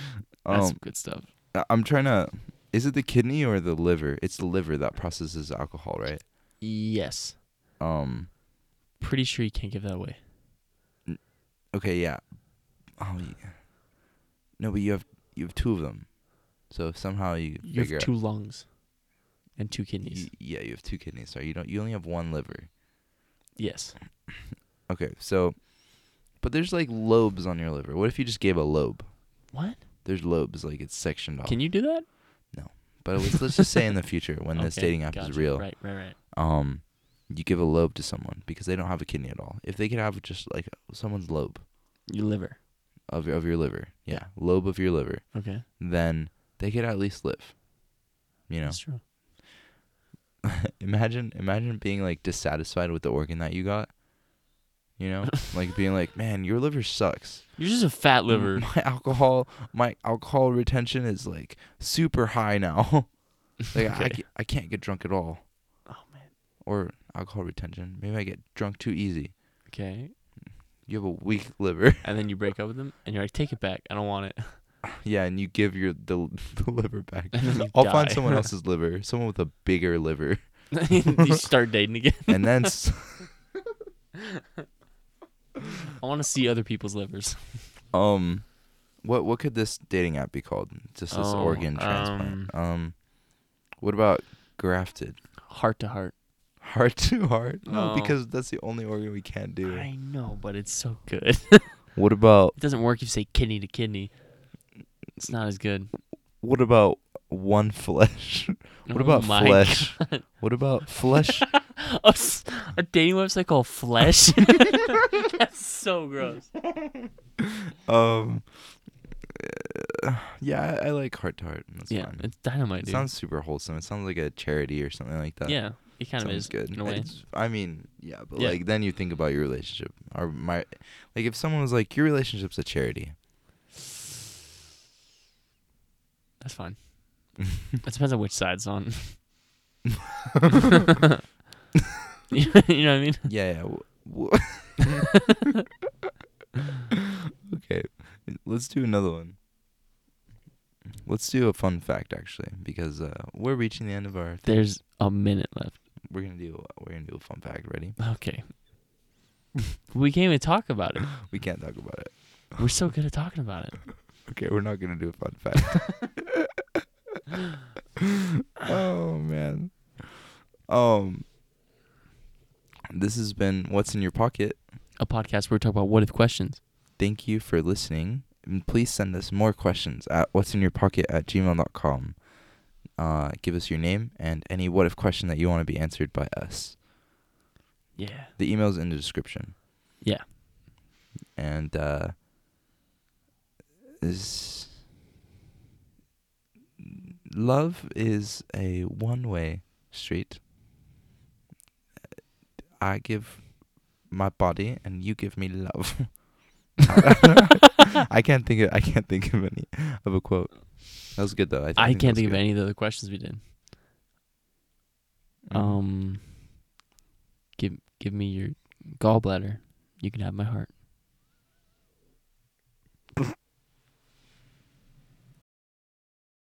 Speaker 1: That's
Speaker 3: Um,
Speaker 1: some good stuff.
Speaker 3: I- I'm trying to. Is it the kidney or the liver? It's the liver that processes alcohol, right?
Speaker 1: Yes.
Speaker 3: Um.
Speaker 1: Pretty sure you can't give that away.
Speaker 3: Okay. Yeah. Oh yeah. No, but you have you have two of them. So if somehow you,
Speaker 1: You
Speaker 3: figure
Speaker 1: have two lungs and two kidneys.
Speaker 3: out, you, yeah, you have two kidneys. Sorry, you don't. You only have one liver.
Speaker 1: yes.
Speaker 3: Okay. So, but there's like lobes on your liver. What if you just gave a lobe?
Speaker 1: What?
Speaker 3: There's lobes, like it's sectioned off.
Speaker 1: Can you do that?
Speaker 3: but let's, let's just say in the future when this
Speaker 1: Okay,
Speaker 3: dating app is
Speaker 1: gotcha.
Speaker 3: real,
Speaker 1: Right, right, right.
Speaker 3: um, you give a lobe to someone because they don't have a kidney at all. If they could have just like someone's lobe
Speaker 1: Your liver.
Speaker 3: of your, of your liver, yeah,
Speaker 1: Yeah.
Speaker 3: lobe of your liver,
Speaker 1: Okay.
Speaker 3: then they could at least live. You know,
Speaker 1: That's true.
Speaker 3: imagine imagine being like dissatisfied with the organ that you got. You know, like being like, man, your liver sucks.
Speaker 1: You're just a fat liver.
Speaker 3: My alcohol, my alcohol retention is like super high now. like I I,
Speaker 1: Okay.
Speaker 3: ca- I can't get drunk at all.
Speaker 1: Oh, man.
Speaker 3: or alcohol retention. Maybe I get drunk too easy.
Speaker 1: Okay.
Speaker 3: You have a weak liver.
Speaker 1: And then you break up with them and you're like, take it back. I don't want it.
Speaker 3: yeah, and you give your the, the liver back.
Speaker 1: And then you
Speaker 3: I'll find
Speaker 1: die.
Speaker 3: someone else's liver, someone with a bigger liver,
Speaker 1: you start dating again.
Speaker 3: and then s-
Speaker 1: I want to see other people's livers.
Speaker 3: um, what what could this dating app be called? Just this
Speaker 1: Oh,
Speaker 3: organ transplant. Um, what about grafted?
Speaker 1: Heart to heart.
Speaker 3: Heart to heart? No,
Speaker 1: No.
Speaker 3: because that's the only organ we can't do.
Speaker 1: I know, but it's so good. it
Speaker 3: What about
Speaker 1: doesn't work if you say kidney to kidney. It's not as good.
Speaker 3: what about one flesh? What about
Speaker 1: Oh my
Speaker 3: flesh?
Speaker 1: God.
Speaker 3: What about flesh?
Speaker 1: A, s- a dating website called Flesh? That's so gross.
Speaker 3: Um. uh, Yeah, I, I like heart to heart. That's
Speaker 1: yeah,
Speaker 3: fine.
Speaker 1: it's dynamite,
Speaker 3: It
Speaker 1: dude.
Speaker 3: sounds super wholesome. It sounds like a charity or something like that.
Speaker 1: yeah, it kind of
Speaker 3: sounds
Speaker 1: is.
Speaker 3: good.
Speaker 1: in a way.
Speaker 3: It's- I mean, yeah, but
Speaker 1: Yeah.
Speaker 3: like then you think about your relationship or my, like if someone was like your relationship's a charity.
Speaker 1: That's fine. it depends on which side's on. you know what I mean?
Speaker 3: Yeah. yeah w- w- okay, let's do another one. Let's do a fun fact actually, because uh, we're reaching the end of our. Thing.
Speaker 1: There's a minute left.
Speaker 3: We're gonna do. We're gonna do a fun fact. Ready?
Speaker 1: Okay. we can't even talk about it.
Speaker 3: We can't talk about it.
Speaker 1: We're so good at talking about it.
Speaker 3: Okay, we're not gonna do a fun fact. oh man. Um. This has been what's in your pocket.
Speaker 1: A podcast where we talk about what if questions.
Speaker 3: Thank you for listening, and please send us more questions at what's in your pocket at gmail.com. Uh, give us your name and any what if question that you want to be answered by us.
Speaker 1: Yeah.
Speaker 3: The email's in the description.
Speaker 1: Yeah.
Speaker 3: And uh, is love is a one-way street. I give my body and you give me love. I can't think of I can't think of any of a quote. That was good though. I,
Speaker 1: I can't
Speaker 3: that's
Speaker 1: think of
Speaker 3: good.
Speaker 1: any of the other questions we did.
Speaker 3: Mhm. Mm-hmm.
Speaker 1: Um, give give me your gallbladder. You can have my heart.